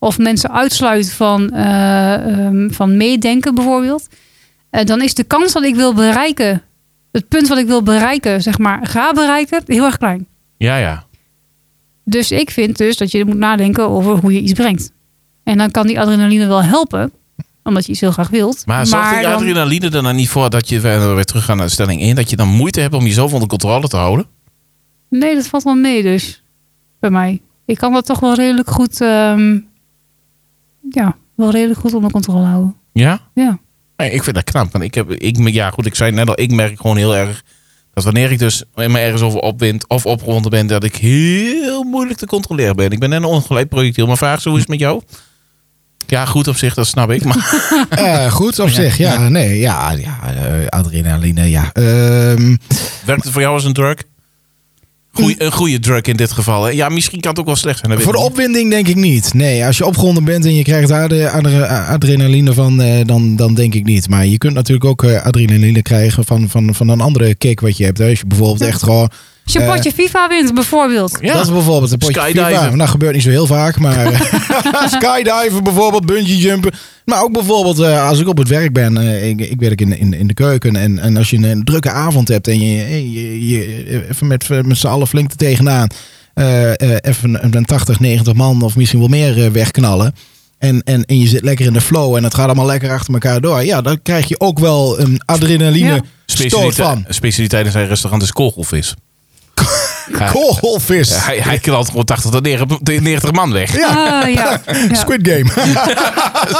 Speaker 1: of mensen uitsluit van, eh, ehm, van meedenken bijvoorbeeld, eh, dan is de kans dat ik wil bereiken, het punt wat ik wil bereiken, zeg maar, ga bereiken, heel erg klein.
Speaker 3: Ja, ja.
Speaker 1: Dus ik vind dus dat je moet nadenken over hoe je iets brengt. En dan kan die adrenaline wel helpen, omdat je iets heel graag wilt.
Speaker 3: Maar zorgt die
Speaker 1: dan-
Speaker 3: adrenaline er dan niet voor dat je weer weer terug gaat naar stelling 1, dat je dan moeite hebt om jezelf onder controle te houden?
Speaker 1: Nee, dat valt wel mee dus. Bij mij. Ik kan dat toch wel redelijk goed... ehm, ja, wel redelijk goed onder controle houden.
Speaker 3: Ja?
Speaker 1: Ja.
Speaker 3: Nee, ik vind dat knap. Want ik heb, ik, ja, goed, ik zei net al, ik merk gewoon heel erg dat wanneer ik dus me ergens over opwind of opgewonden ben, dat ik heel moeilijk te controleren ben. Ik ben net een ongelijk projectiel. Maar vraag zo, hoe is het met jou? Ja, goed op zich, dat snap ik. Maar
Speaker 2: Eh, goed op zich, ja. Nee, ja, ja eh, adrenaline, ja. Ehm,
Speaker 3: werkt het voor jou als een drug? Goeie, een goede drug in dit geval. Hè? Ja, misschien kan het ook wel slecht zijn. dat weet
Speaker 2: voor de
Speaker 3: ik niet.
Speaker 2: opwinding denk ik niet. Nee, als je opgewonden bent en je krijgt daar de adre- adrenaline van, eh, dan, dan denk ik niet. Maar je kunt natuurlijk ook eh, adrenaline krijgen van, van, van een andere kick wat je hebt. hè. Als je bijvoorbeeld echt gewoon...
Speaker 1: Als je een
Speaker 2: Eh,
Speaker 1: potje FIFA wint, bijvoorbeeld.
Speaker 3: Ja.
Speaker 2: Dat is bijvoorbeeld een potje
Speaker 3: Skydiven.
Speaker 2: FIFA. Nou, gebeurt niet zo heel vaak, maar eh, skydiven bijvoorbeeld, bungee jumpen. Maar ook bijvoorbeeld eh, als ik op het werk ben, eh, ik, ik werk in, in, in de keuken en, en als je een drukke avond hebt en je, je, je- even met, met z'n allen flink er tegenaan, eh, eh, even een, een 80, 90 man of misschien wel meer eh, wegknallen. En, en, en je zit lekker in de flow en het gaat allemaal lekker achter elkaar door. Ja, dan krijg je ook wel een adrenaline
Speaker 1: Ja.
Speaker 2: stoot van.
Speaker 3: Specialiteit in zijn restaurant is kogelvis. Ja,
Speaker 2: Koolvis.
Speaker 3: Hij, hij knalt gewoon 80 tot 90 man weg.
Speaker 1: Ja. Ah, ja. ja.
Speaker 2: Squid Game.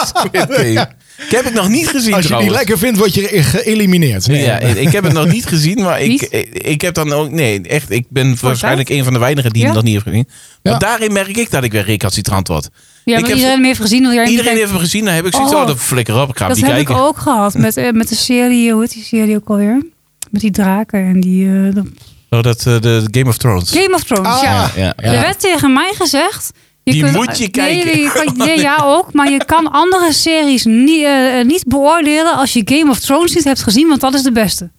Speaker 3: Squid Game. Ik heb het nog niet gezien
Speaker 2: Als je die
Speaker 3: trouwens.
Speaker 2: lekker vindt, word je ge- geëlimineerd. Nee,
Speaker 3: Ja, ik ik heb het nog niet gezien, maar ik,
Speaker 1: Niet?
Speaker 3: ik, ik heb dan ook... Nee, echt, ik ben waarschijnlijk een van de weinigen die
Speaker 1: Ja?
Speaker 3: hem nog niet heeft gezien. Maar
Speaker 2: Ja.
Speaker 3: daarin merk ik dat ik weer recalcitrant word.
Speaker 1: Ja,
Speaker 3: Ik
Speaker 1: maar
Speaker 3: heb-
Speaker 1: iedereen heeft gezien. hoe jij hem
Speaker 3: Iedereen
Speaker 1: kijkt.
Speaker 3: heeft hem gezien, dan heb ik zoiets
Speaker 1: Oh.
Speaker 3: oh, dat flikker op, ik ga hem
Speaker 1: Dat
Speaker 3: niet
Speaker 1: heb
Speaker 3: kijken.
Speaker 1: ik ook gehad met, eh, met de serie, hoe heet die serie ook alweer? Met die draken en die eh, de-
Speaker 3: Oh, dat, eh, de Game of Thrones.
Speaker 1: Game of Thrones.
Speaker 2: Ah,
Speaker 1: ja.
Speaker 3: ja, ja.
Speaker 1: Er werd tegen mij gezegd. Je
Speaker 3: Die moet je kijken.
Speaker 1: Nee, je kan, nee, ja ook. Maar je kan andere series niet, eh, niet beoordelen als je Game of Thrones niet hebt gezien, want dat is de beste.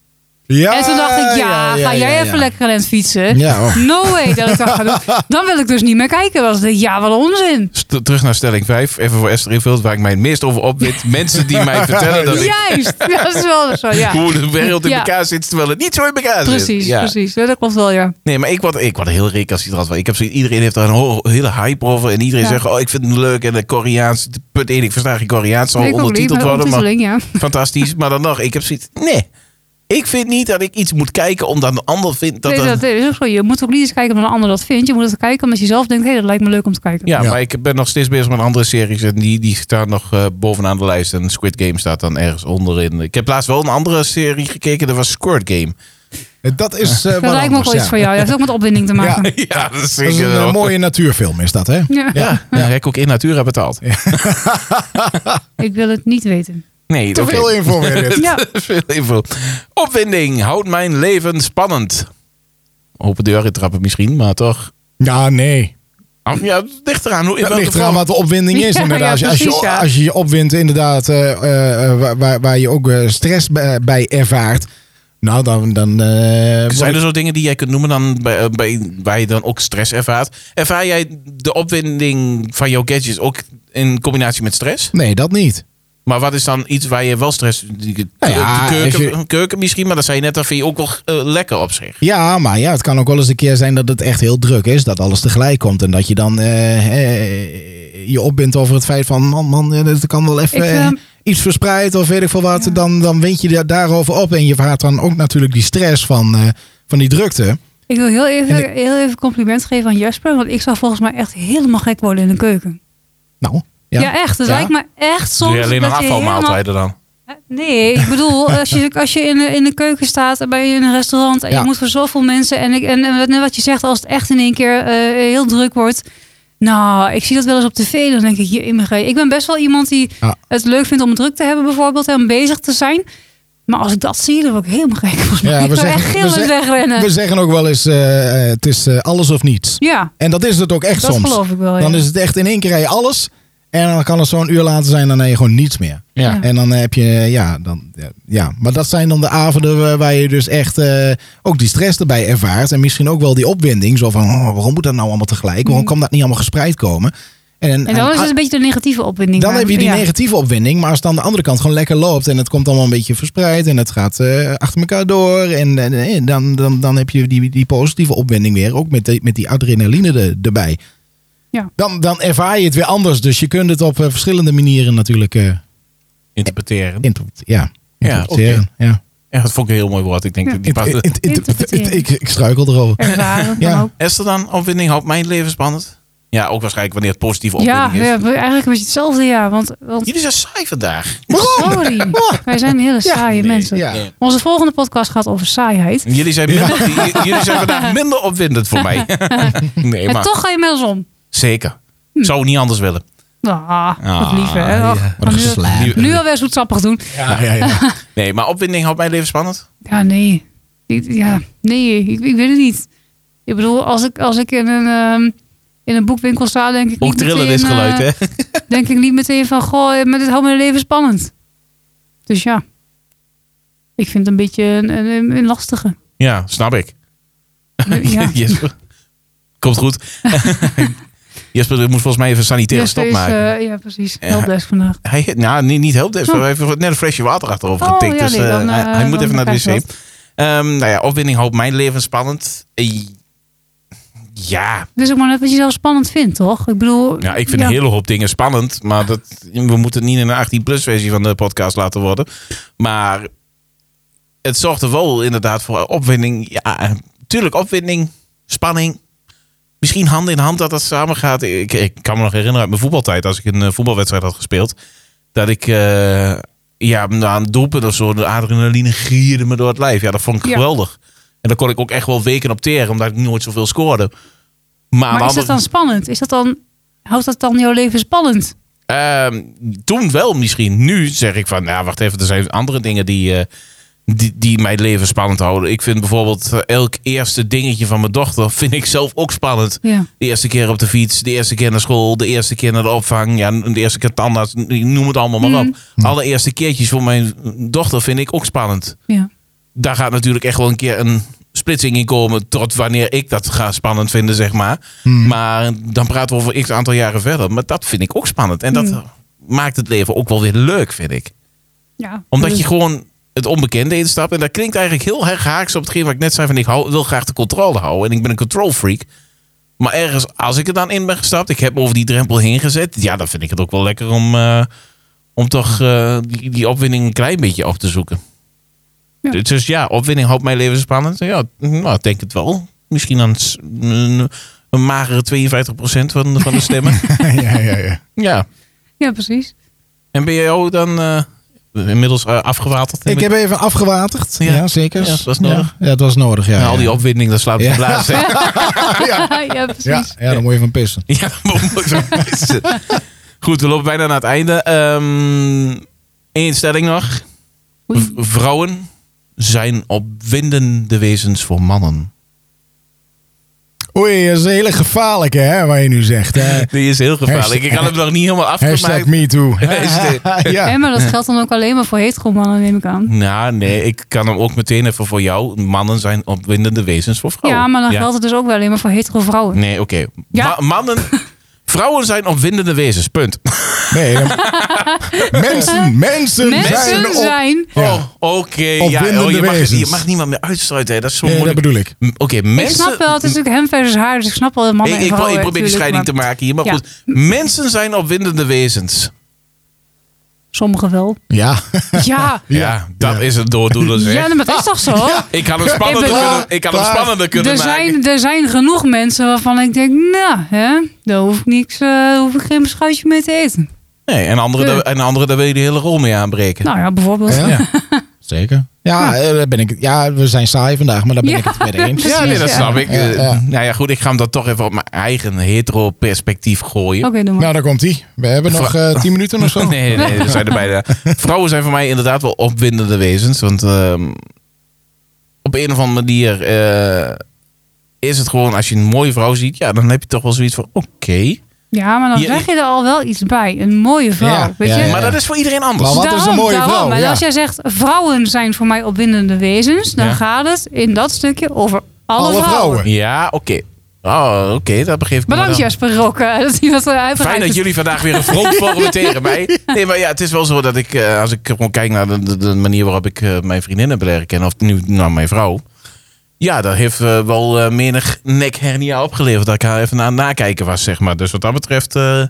Speaker 2: Ja,
Speaker 1: en toen dacht ik, ja, ga jij
Speaker 2: ja,
Speaker 1: even
Speaker 2: ja.
Speaker 1: lekker aan het fietsen?
Speaker 2: Ja, oh.
Speaker 1: No way dat ik dat ga doen. Dan wil ik dus niet meer kijken. Dat is ja, wat onzin.
Speaker 3: St- Dus terug naar stelling 5, even voor Esther Invult, waar ik mij het meest over opwit. Mensen die mij vertellen dat ik
Speaker 1: Juist, dat is wel zo, ja.
Speaker 3: hoe de wereld in
Speaker 1: Ja.
Speaker 3: elkaar zit, terwijl het niet zo in elkaar zit.
Speaker 1: Precies,
Speaker 3: Ja.
Speaker 1: precies. Ja, dat klopt wel, ja.
Speaker 3: Nee, maar ik word, ik word heel recalcitrant van. Ik heb zoiets, iedereen heeft daar een ho- hele hype over. En iedereen
Speaker 1: Ja.
Speaker 3: zegt, oh, ik vind het leuk. En de Koreaans, put één, ik versta geen Koreaans. Zal
Speaker 1: ik ook niet,
Speaker 3: ondertiteld
Speaker 1: maar
Speaker 3: worden, maar
Speaker 1: ondertiteling, ja.
Speaker 3: fantastisch. Maar dan nog, ik heb zoiets, nee. Ik vind niet dat ik iets moet kijken omdat een ander vindt dat...
Speaker 1: nee,
Speaker 3: dat-
Speaker 1: dat is ook zo. Je moet ook niet eens kijken of een ander dat vindt. Je moet het kijken omdat je zelf denkt, hé, dat lijkt me leuk om te kijken.
Speaker 3: Ja,
Speaker 2: Ja.
Speaker 3: maar ik ben nog steeds bezig met andere series. En die, die staat nog eh, bovenaan de lijst. En Squid Game staat dan ergens onderin. Ik heb laatst wel een andere serie gekeken. Dat was Squirt Game.
Speaker 2: Dat is eh,
Speaker 1: dat
Speaker 2: wat
Speaker 1: lijkt me ook
Speaker 2: anders,
Speaker 1: wel iets
Speaker 2: ja.
Speaker 1: voor jou. Dat heeft ook met opwinding te maken. Ja.
Speaker 3: ja, dat is
Speaker 2: Dat is
Speaker 3: zeker
Speaker 2: een eh,
Speaker 3: wel.
Speaker 2: mooie natuurfilm is dat, hè?
Speaker 3: Ja, daar heb ik ook in natura betaald.
Speaker 1: Ik wil het niet weten.
Speaker 3: Nee,
Speaker 2: Te
Speaker 3: oké.
Speaker 2: veel info weer dit.
Speaker 1: Ja.
Speaker 3: Te veel info. Opwinding houdt mijn leven spannend. Open deuren trappen misschien, maar toch.
Speaker 2: Ja, nee.
Speaker 3: Ah, Ja, het ligt eraan. Hoe, in
Speaker 2: Dat
Speaker 3: welke
Speaker 2: ligt eraan
Speaker 3: vorm-
Speaker 2: wat de opwinding is,
Speaker 1: Ja,
Speaker 2: inderdaad. Als je-
Speaker 1: ja,
Speaker 2: als,
Speaker 1: precies,
Speaker 2: je,
Speaker 1: ja.
Speaker 2: als je je opwindt, inderdaad, eh, eh, eh, waar- waar, waar je ook eh, stress bij, bij ervaart. Nou, dan... dan eh, word
Speaker 3: Zijn
Speaker 2: ik-
Speaker 3: er zo dingen die jij kunt noemen dan bij, eh, bij, waar je dan ook stress ervaart? Ervaar jij de opwinding van jouw gadgets ook in combinatie met stress?
Speaker 2: Nee, dat niet.
Speaker 3: Maar wat is dan iets waar je wel stress... die-
Speaker 2: Nou ja,
Speaker 3: de keuken,
Speaker 2: als
Speaker 3: keuken misschien, maar dat zei je net, dat vind je ook wel eh, lekker op zich.
Speaker 2: Ja, maar ja, het kan ook wel eens een keer zijn dat het echt heel druk is. Dat alles tegelijk komt. En dat je dan eh, eh, je opbindt over het feit van... Man, man, eh, dat kan wel even
Speaker 1: Ik,
Speaker 2: eh,
Speaker 1: ehm,
Speaker 2: iets verspreid of weet ik veel wat. Dan, dan wind je daar- daarover op. En je verhaalt dan ook natuurlijk die stress van, eh, van die drukte.
Speaker 1: Ik wil heel
Speaker 2: En
Speaker 1: even, heel even compliment geven aan Jasper. Want ik zou volgens mij echt helemaal gek worden in de keuken.
Speaker 2: Nou, ja.
Speaker 1: Ja, echt. Het
Speaker 2: Ja.
Speaker 1: lijkt me echt soms...
Speaker 3: Doe je alleen nog
Speaker 1: dat je
Speaker 3: afvalmaaltijden dan?
Speaker 1: helemaal- Nee, ik bedoel, als je, als je in, de, in de keuken staat en ben je in een restaurant en
Speaker 2: Ja.
Speaker 1: je moet voor zoveel mensen. En, ik, en, en wat- net wat je zegt, als het echt in één keer eh, heel druk wordt. Nou, ik zie dat wel eens op tv. Dan denk ik, je Ik ben best wel iemand die
Speaker 2: Ja.
Speaker 1: het leuk vindt om druk te hebben bijvoorbeeld en om bezig te zijn. Maar als ik dat zie, dan word ik helemaal gek. Volgens mij.
Speaker 2: Ja, we
Speaker 1: ik zou
Speaker 2: zeggen-
Speaker 1: echt
Speaker 2: we
Speaker 1: gillend
Speaker 2: zeggen-
Speaker 1: wegrennen.
Speaker 2: We zeggen ook wel eens, eh, eh, het is eh, alles of niets.
Speaker 1: ja,
Speaker 2: En dat is het ook echt
Speaker 1: dat
Speaker 2: soms.
Speaker 1: geloof ik wel. ja.
Speaker 2: Dan is het echt in één keer rij je alles. En dan kan het zo'n uur later zijn, dan heb je gewoon niets meer.
Speaker 1: Ja.
Speaker 2: En dan heb je, ja, dan, ja. Maar dat zijn dan de avonden waar- waar je dus echt eh, ook die stress erbij ervaart. En misschien ook wel die opwinding. Zo van, oh, waarom moet dat nou allemaal tegelijk? Waarom kan dat niet allemaal gespreid komen? En,
Speaker 1: Mhm. En dan is het een beetje de negatieve opwinding.
Speaker 2: Ah, dan
Speaker 1: maar-
Speaker 2: heb je die
Speaker 1: ja.
Speaker 2: negatieve opwinding. Maar als het aan de andere kant gewoon lekker loopt. En het komt allemaal een beetje verspreid. En het gaat eh, achter elkaar door. En, en- en dan, dan, dan heb je die, die positieve opwinding weer. Ook met, die- met die adrenaline er- erbij.
Speaker 1: Ja.
Speaker 2: Dan, dan ervaar je het weer anders. Dus je kunt het op eh, verschillende manieren natuurlijk eh
Speaker 3: Interpreteren.
Speaker 2: inter- ja,
Speaker 3: Ja,
Speaker 2: interpreteren. Ja,
Speaker 3: Ja, dat vond ik een heel mooi woord. Ik denk,
Speaker 1: Ja.
Speaker 3: dat die
Speaker 2: Int-
Speaker 3: past-
Speaker 2: int- int-
Speaker 1: Interpreteren.
Speaker 2: ik, ik struikel erover.
Speaker 1: Ervaren.
Speaker 2: Ja.
Speaker 1: dan ook.
Speaker 3: Esther dan, opwinding houdt mijn leven spannend? Ja, ook waarschijnlijk wanneer het positieve
Speaker 1: Ja,
Speaker 3: opwinding is.
Speaker 1: ja, eigenlijk een beetje hetzelfde, ja. Want, want Oh,
Speaker 3: Jullie zijn saai vandaag.
Speaker 1: sorry, wij zijn hele saaie mensen.
Speaker 2: Oh. Ja.
Speaker 3: Nee.
Speaker 1: Onze volgende podcast gaat over saaiheid.
Speaker 3: Jullie zijn, minder, j- jullie zijn vandaag minder opwindend voor mij. nee,
Speaker 1: En
Speaker 3: maar
Speaker 1: toch ga je met ons om. Hm.
Speaker 3: zeker. Zou niet anders willen.
Speaker 1: Ah,
Speaker 3: Ah,
Speaker 1: wat lief, hè? Ach,
Speaker 2: ja. Wat een
Speaker 1: maar Oh,
Speaker 3: dus
Speaker 1: nu,
Speaker 2: geslaap.
Speaker 1: nu alweer zoetsappig doen.
Speaker 2: Ja, ja, ja.
Speaker 3: Nee, maar opwinding houdt mijn leven spannend.
Speaker 1: Ja, nee. Ik, ja, nee, ik, ik weet het niet. Ik bedoel, als ik, als ik in, een, ehm, in een boekwinkel sta, denk ik
Speaker 3: Ook
Speaker 1: niet
Speaker 3: trillen
Speaker 1: meteen,
Speaker 3: is geluid,
Speaker 1: eh,
Speaker 3: hè?
Speaker 1: denk ik niet meteen van, goh, eh, maar dit houdt mijn leven spannend. Dus ja, ik vind het een beetje een, een, een lastige.
Speaker 3: Ja, snap ik.
Speaker 1: Ja.
Speaker 3: Jesper. Komt goed. Jesper moet volgens mij even een sanitaire
Speaker 1: Jesper
Speaker 3: stop
Speaker 1: is,
Speaker 3: maken.
Speaker 1: eh, ja, precies.
Speaker 3: Ja.
Speaker 1: Helpdesk vandaag.
Speaker 3: Hij, nou, niet, niet helpt. Hij
Speaker 1: Oh.
Speaker 3: heeft net een flesje water achterover
Speaker 1: Oh,
Speaker 3: getikt.
Speaker 1: ja,
Speaker 3: dus
Speaker 1: nee,
Speaker 3: eh,
Speaker 1: dan,
Speaker 3: hij,
Speaker 1: eh,
Speaker 3: hij moet
Speaker 1: dan
Speaker 3: even naar de
Speaker 1: krijg
Speaker 3: wc.
Speaker 1: je
Speaker 3: Ehm, nou ja, opwinding houdt mijn leven spannend. Eh, Ja,
Speaker 1: Het is ook maar net wat je zelf spannend vindt, toch? Ik bedoel,
Speaker 3: ja, ik vind een hele hoop dingen spannend. Maar dat, we moeten niet in een 18-plus versie van de podcast laten worden. Maar het zorgt er wel inderdaad voor opwinding. Ja, tuurlijk opwinding, spanning. Misschien hand in hand dat dat samen gaat. Ik, ik kan me nog herinneren uit mijn voetbaltijd. Als ik een eh, voetbalwedstrijd had gespeeld. Dat ik eh, ja, na een doelpunt of zo. De adrenaline gierde me door het lijf. Ja, dat vond ik
Speaker 1: Ja.
Speaker 3: geweldig. En daar kon ik ook echt wel weken op teren. Omdat ik nooit zoveel scoorde. Maar, aan de
Speaker 1: Maar is dat
Speaker 3: andere-
Speaker 1: dan spannend? Is dat dan, houdt dat dan jouw leven spannend?
Speaker 3: Ehm, toen wel misschien. Nu zeg ik van, nou wacht even, er zijn andere dingen die, eh, die, die mijn leven spannend houden. Ik vind bijvoorbeeld eh, elk eerste dingetje van mijn dochter, vind ik zelf ook spannend.
Speaker 1: Ja.
Speaker 3: De eerste keer op de fiets, de eerste keer naar school, de eerste keer naar de opvang, ja, de eerste keer tandarts, noem het allemaal maar op. Allereerste keertjes voor mijn dochter vind ik ook spannend.
Speaker 1: ja.
Speaker 3: Daar gaat natuurlijk echt wel een keer een splitsing in komen tot wanneer ik dat ga spannend vinden, zeg maar. Maar dan praten we over x aantal jaren verder. Maar dat vind ik ook spannend. En dat maakt het leven ook wel weer leuk, vind ik.
Speaker 1: ja.
Speaker 3: Omdat
Speaker 2: Mm.
Speaker 3: je gewoon het onbekende instapt. En dat klinkt eigenlijk heel erg haaks op hetgeen wat ik net zei. Van ik hou, wil graag de controle houden. En ik ben een control freak. Maar ergens, als ik er dan in ben gestapt. Ik heb me over die drempel heen gezet. Ja, dan vind ik het ook wel lekker om, eh, om toch eh, die, die opwinding een klein beetje op te zoeken.
Speaker 1: Ja.
Speaker 3: Dus ja, opwinding houdt mijn leven spannend. Ja, nou, ik denk het wel. Misschien dan s- een, een magere 52% van, van de stemmen.
Speaker 2: ja, ja, ja.
Speaker 3: ja.
Speaker 1: Ja, precies.
Speaker 3: En ben jij ook dan eh, inmiddels eh, afgewaterd?
Speaker 2: Ik heb even afgewaterd.
Speaker 3: Ja.
Speaker 2: Ja, zeker.
Speaker 3: Ja, het was nodig.
Speaker 2: Ja, het was nodig, ja.
Speaker 3: Ja, al die opwinding, dat slaat op
Speaker 2: Ja.
Speaker 3: de blaas. hè?
Speaker 1: Ja, precies.
Speaker 2: Ja, ja, dan moet je van pissen.
Speaker 3: Ja, maar moet ik zo pissen. Goed, we lopen bijna naar het einde. Ehm Eén stelling nog.
Speaker 1: Oei.
Speaker 3: V- Vrouwen zijn opwindende wezens voor mannen.
Speaker 2: Oei, dat is een hele gevaarlijke, hè, wat je nu zegt. Hè.
Speaker 3: Die is heel gevaarlijk. Ik had hem nog niet helemaal
Speaker 2: Eh. Hashtag
Speaker 3: afgemaakt.
Speaker 2: MeToo.
Speaker 3: Hashtag-
Speaker 1: Hé,
Speaker 2: ja.
Speaker 1: maar dat geldt dan ook alleen maar voor heteromannen, neem ik aan.
Speaker 3: Nou, nee, ik kan hem ook meteen even voor jou. Mannen zijn opwindende wezens voor vrouwen.
Speaker 1: ja, maar dan geldt het dus ook wel alleen maar voor hetero vrouwen.
Speaker 3: Nee, oké.
Speaker 1: Ja.
Speaker 3: Ma- mannen... Vrouwen zijn opwindende wezens, punt.
Speaker 2: Nee, dan- mensen, mensen, zijn
Speaker 1: Mensen
Speaker 2: op...
Speaker 1: zijn...
Speaker 2: Ja.
Speaker 3: Oh, oké. Ja,
Speaker 2: Opwindende
Speaker 3: oh, je, mag, je
Speaker 2: wezens.
Speaker 3: mag niemand meer uitsluiten. Hè. Dat is zo
Speaker 2: Nee, dat
Speaker 3: moeilijk.
Speaker 2: bedoel ik.
Speaker 3: M- Oké, mensen...
Speaker 1: Ik snap wel, het is natuurlijk hem versus haar, dus ik snap wel mannen
Speaker 3: Ik,
Speaker 1: en
Speaker 3: ik, pro-
Speaker 1: vrouwen.
Speaker 3: ik probeer die
Speaker 1: natuurlijk,
Speaker 3: scheiding te
Speaker 1: maar
Speaker 3: maken hier. Maar
Speaker 1: Ja.
Speaker 3: goed, mensen zijn opwindende wezens.
Speaker 1: Sommigen wel.
Speaker 2: Ja.
Speaker 1: Ja,
Speaker 3: Ja, dat is het doordoener zeg.
Speaker 1: ja maar dat is toch zo?
Speaker 3: Ik had hem spannender
Speaker 1: Ik ben-
Speaker 3: kunnen, ik had hem
Speaker 2: Klaar.
Speaker 3: spannender kunnen
Speaker 1: Er
Speaker 3: maken.
Speaker 1: zijn, er zijn genoeg mensen waarvan ik denk, nou, hè, daar hoef ik, niks, eh, hoef ik geen beschuitje mee te eten.
Speaker 3: Nee, en anderen,
Speaker 1: Ja.
Speaker 3: daar- en anderen daar wil je de hele rol mee aanbreken.
Speaker 1: Nou ja, bijvoorbeeld.
Speaker 2: Ja.
Speaker 3: Ja.
Speaker 2: Zeker. Ja, eh, daar ben ik, ja, we zijn saai vandaag, maar daar ben
Speaker 1: Ja,
Speaker 2: ik het mee eens.
Speaker 1: precies,
Speaker 3: ja, nee, dat
Speaker 1: ja.
Speaker 3: snap ik.
Speaker 2: Ja,
Speaker 3: Eh,
Speaker 2: ja.
Speaker 3: Nou ja, goed, ik ga hem dan toch even op mijn eigen hetero-perspectief gooien.
Speaker 1: Oké, doe maar.
Speaker 2: Nou, daar komt ie. We hebben nog eh, tien minuten of zo.
Speaker 3: Nee, nee, we zijn er bijna. Vrouwen zijn voor mij inderdaad wel opwindende wezens. Want ehm, op een of andere manier eh, is het gewoon, als je een mooie vrouw ziet, ja, dan heb je toch wel zoiets van: oké.
Speaker 1: ja, maar dan
Speaker 3: Je-
Speaker 1: zeg je er al wel iets bij. Een mooie vrouw,
Speaker 2: Ja,
Speaker 1: weet
Speaker 2: ja,
Speaker 1: je? Dus
Speaker 2: ja.
Speaker 3: Maar dat is voor iedereen anders.
Speaker 2: Maar wat is een mooie vrouw?
Speaker 1: Maar
Speaker 2: Ja.
Speaker 1: als jij zegt, vrouwen zijn voor mij opwindende wezens, dan
Speaker 3: Ja.
Speaker 1: gaat het in dat stukje over alle,
Speaker 2: Alle
Speaker 1: vrouwen.
Speaker 2: vrouwen.
Speaker 3: Ja, oké. Oh, oké, dat begeef ik me
Speaker 1: Bedankt
Speaker 3: wel.
Speaker 1: Jasper Rokke, dat hij dat eruit
Speaker 3: Fijn dat jullie vandaag weer een front vormen tegen mij. Nee, maar ja, het is wel zo dat ik, eh, als ik gewoon kijk naar de, de- de manier waarop ik eh, mijn vriendinnen heb leren kennen, of nu nou, mijn vrouw. Ja, dat heeft eh, wel eh, menig nekhernia opgeleverd dat ik haar even aan het nakijken was, zeg maar. Dus wat dat betreft eh,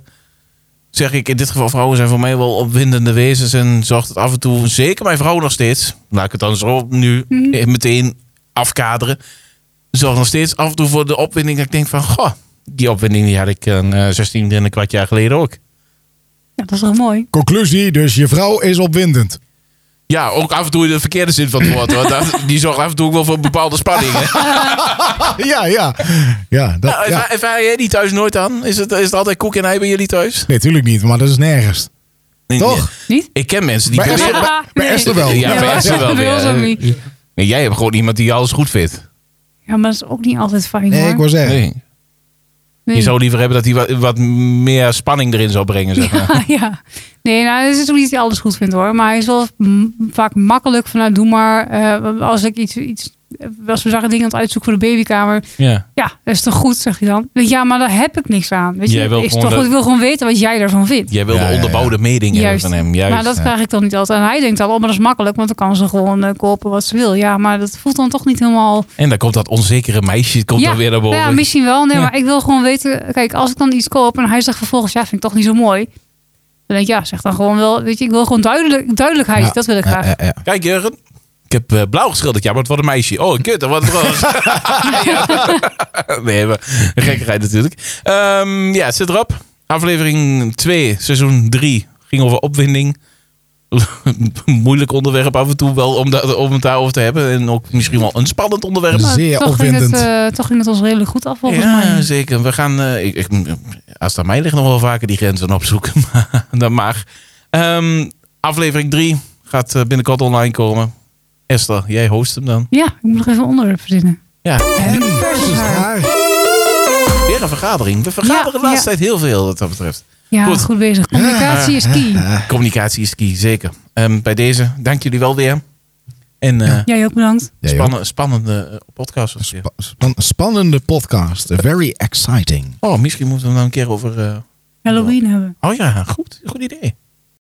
Speaker 3: zeg ik in dit geval, vrouwen zijn voor mij wel opwindende wezens en zorgt het af en toe, zeker mijn vrouw nog steeds, laat ik het dan zo nu eh, meteen afkaderen, zorgt nog steeds af en toe voor de opwinding dat ik denk van, goh, die opwinding die had ik een, eh, 16 en een kwart jaar geleden ook.
Speaker 1: Ja, dat is toch mooi?
Speaker 2: Conclusie, dus je vrouw is opwindend.
Speaker 3: Ja, ook af en toe in de verkeerde zin van het woord. Want dat- die zorgt af en toe ook wel voor bepaalde spanningen.
Speaker 2: Ah. ja, ja. Ja, dat,
Speaker 3: Nou,
Speaker 2: ja.
Speaker 3: ervaar- Ervaar jij die thuis nooit aan? Is het, is het altijd koek en ei bij jullie thuis?
Speaker 2: Nee, natuurlijk niet, maar dat is nergens. Toch?
Speaker 1: Niet?
Speaker 3: Ik ken mensen die...
Speaker 2: Bij
Speaker 3: beweren-
Speaker 2: Esther- bij- bij Esther wel.
Speaker 3: Ja, bij
Speaker 1: maar-
Speaker 3: Esther wel
Speaker 1: bij
Speaker 3: weer.
Speaker 1: ons ook niet.
Speaker 3: Nee, jij hebt gewoon iemand die alles goed vindt.
Speaker 1: Ja, maar dat is ook niet altijd fijn.
Speaker 2: Nee,
Speaker 1: hoor.
Speaker 2: ik wou zeggen.
Speaker 3: Nee.
Speaker 1: Nee.
Speaker 3: Je zou liever hebben dat hij wat, wat meer spanning erin zou brengen, zeg maar.
Speaker 1: Ja, ja. Nee, nou, het is ook niet dat hij alles goed vindt hoor. Maar hij is wel m- vaak makkelijk van, nou, doe maar. eh, als ik iets, iets, als we zagen dingen aan het uitzoeken voor de babykamer.
Speaker 3: Ja.
Speaker 1: Ja, dat is toch goed, zeg je dan. Ja, maar daar heb ik niks aan. Weet
Speaker 3: Jij
Speaker 1: je,
Speaker 3: wil
Speaker 1: is
Speaker 3: gewoon
Speaker 1: toch,
Speaker 3: dat-
Speaker 1: ik wil gewoon weten wat jij daarvan vindt.
Speaker 3: Jij wil
Speaker 2: Ja, ja,
Speaker 3: de
Speaker 2: ja.
Speaker 3: onderbouwde mening hebben
Speaker 1: Juist.
Speaker 3: van hem. Juist.
Speaker 1: maar dat krijg ik dan niet altijd. En hij denkt dan, oh, maar dat is makkelijk, want dan kan ze gewoon eh, kopen wat ze wil. Ja, maar dat voelt dan toch niet helemaal...
Speaker 3: En dan komt dat onzekere meisje komt
Speaker 1: ja,
Speaker 3: dan weer naar boven.
Speaker 1: Ja, misschien wel. Nee,
Speaker 3: Ja.
Speaker 1: maar ik wil gewoon weten... Kijk, als ik dan iets koop en hij zegt vervolgens... Ja, vind ik toch niet zo mooi. Dan denk ik, ja, zeg dan gewoon wel... Weet je, ik wil gewoon duidelijk, duidelijkheid.
Speaker 2: Ja.
Speaker 1: Dat wil ik
Speaker 3: eh,
Speaker 1: graag.
Speaker 2: Ja, ja, ja.
Speaker 3: Kijk, Jurgen. Ik heb eh, blauw geschilderd. Ja, maar het wordt een meisje. Oh, kut. Wat roze. Ja. nee, maar een gekkigheid natuurlijk. Ehm, ja, het zit erop. Aflevering 2, seizoen 3. Ging over opwinding. Moeilijk onderwerp af en toe wel om, da- om het daarover te hebben. En ook misschien wel een spannend onderwerp.
Speaker 1: Maar
Speaker 2: Zeer
Speaker 1: Nou, toch Ging
Speaker 2: opwindend.
Speaker 1: het, eh, toch ging het ons redelijk goed af, volgens
Speaker 3: ja,
Speaker 1: mij.
Speaker 3: zeker. We gaan, eh, ik, ik, als het aan mij ligt, nog wel vaker die grenzen opzoeken. Maar dat mag. Ehm, aflevering 3 gaat eh, binnenkort online komen. Esther, jij host hem dan.
Speaker 1: Ja, ik moet nog even een onderwerp verzinnen.
Speaker 3: Ja,
Speaker 2: Hem versus haar.
Speaker 3: weer een vergadering. We vergaderen de
Speaker 1: Ja,
Speaker 3: laatste
Speaker 1: ja.
Speaker 3: tijd heel veel wat dat betreft.
Speaker 1: Ja,
Speaker 3: Goed.
Speaker 1: goed, bezig. Communicatie is key.
Speaker 3: Communicatie is key, zeker. Ehm, bij deze, dank jullie wel weer. En eh,
Speaker 1: Jij ook bedankt.
Speaker 2: Ja, joh.
Speaker 3: spannen- spannende eh, podcast. was het weer.
Speaker 2: Span- Spannende podcast. Very exciting.
Speaker 3: Oh, misschien moeten we hem dan een keer over... eh,
Speaker 1: Halloween hebben.
Speaker 3: Oh ja, goed, goed idee.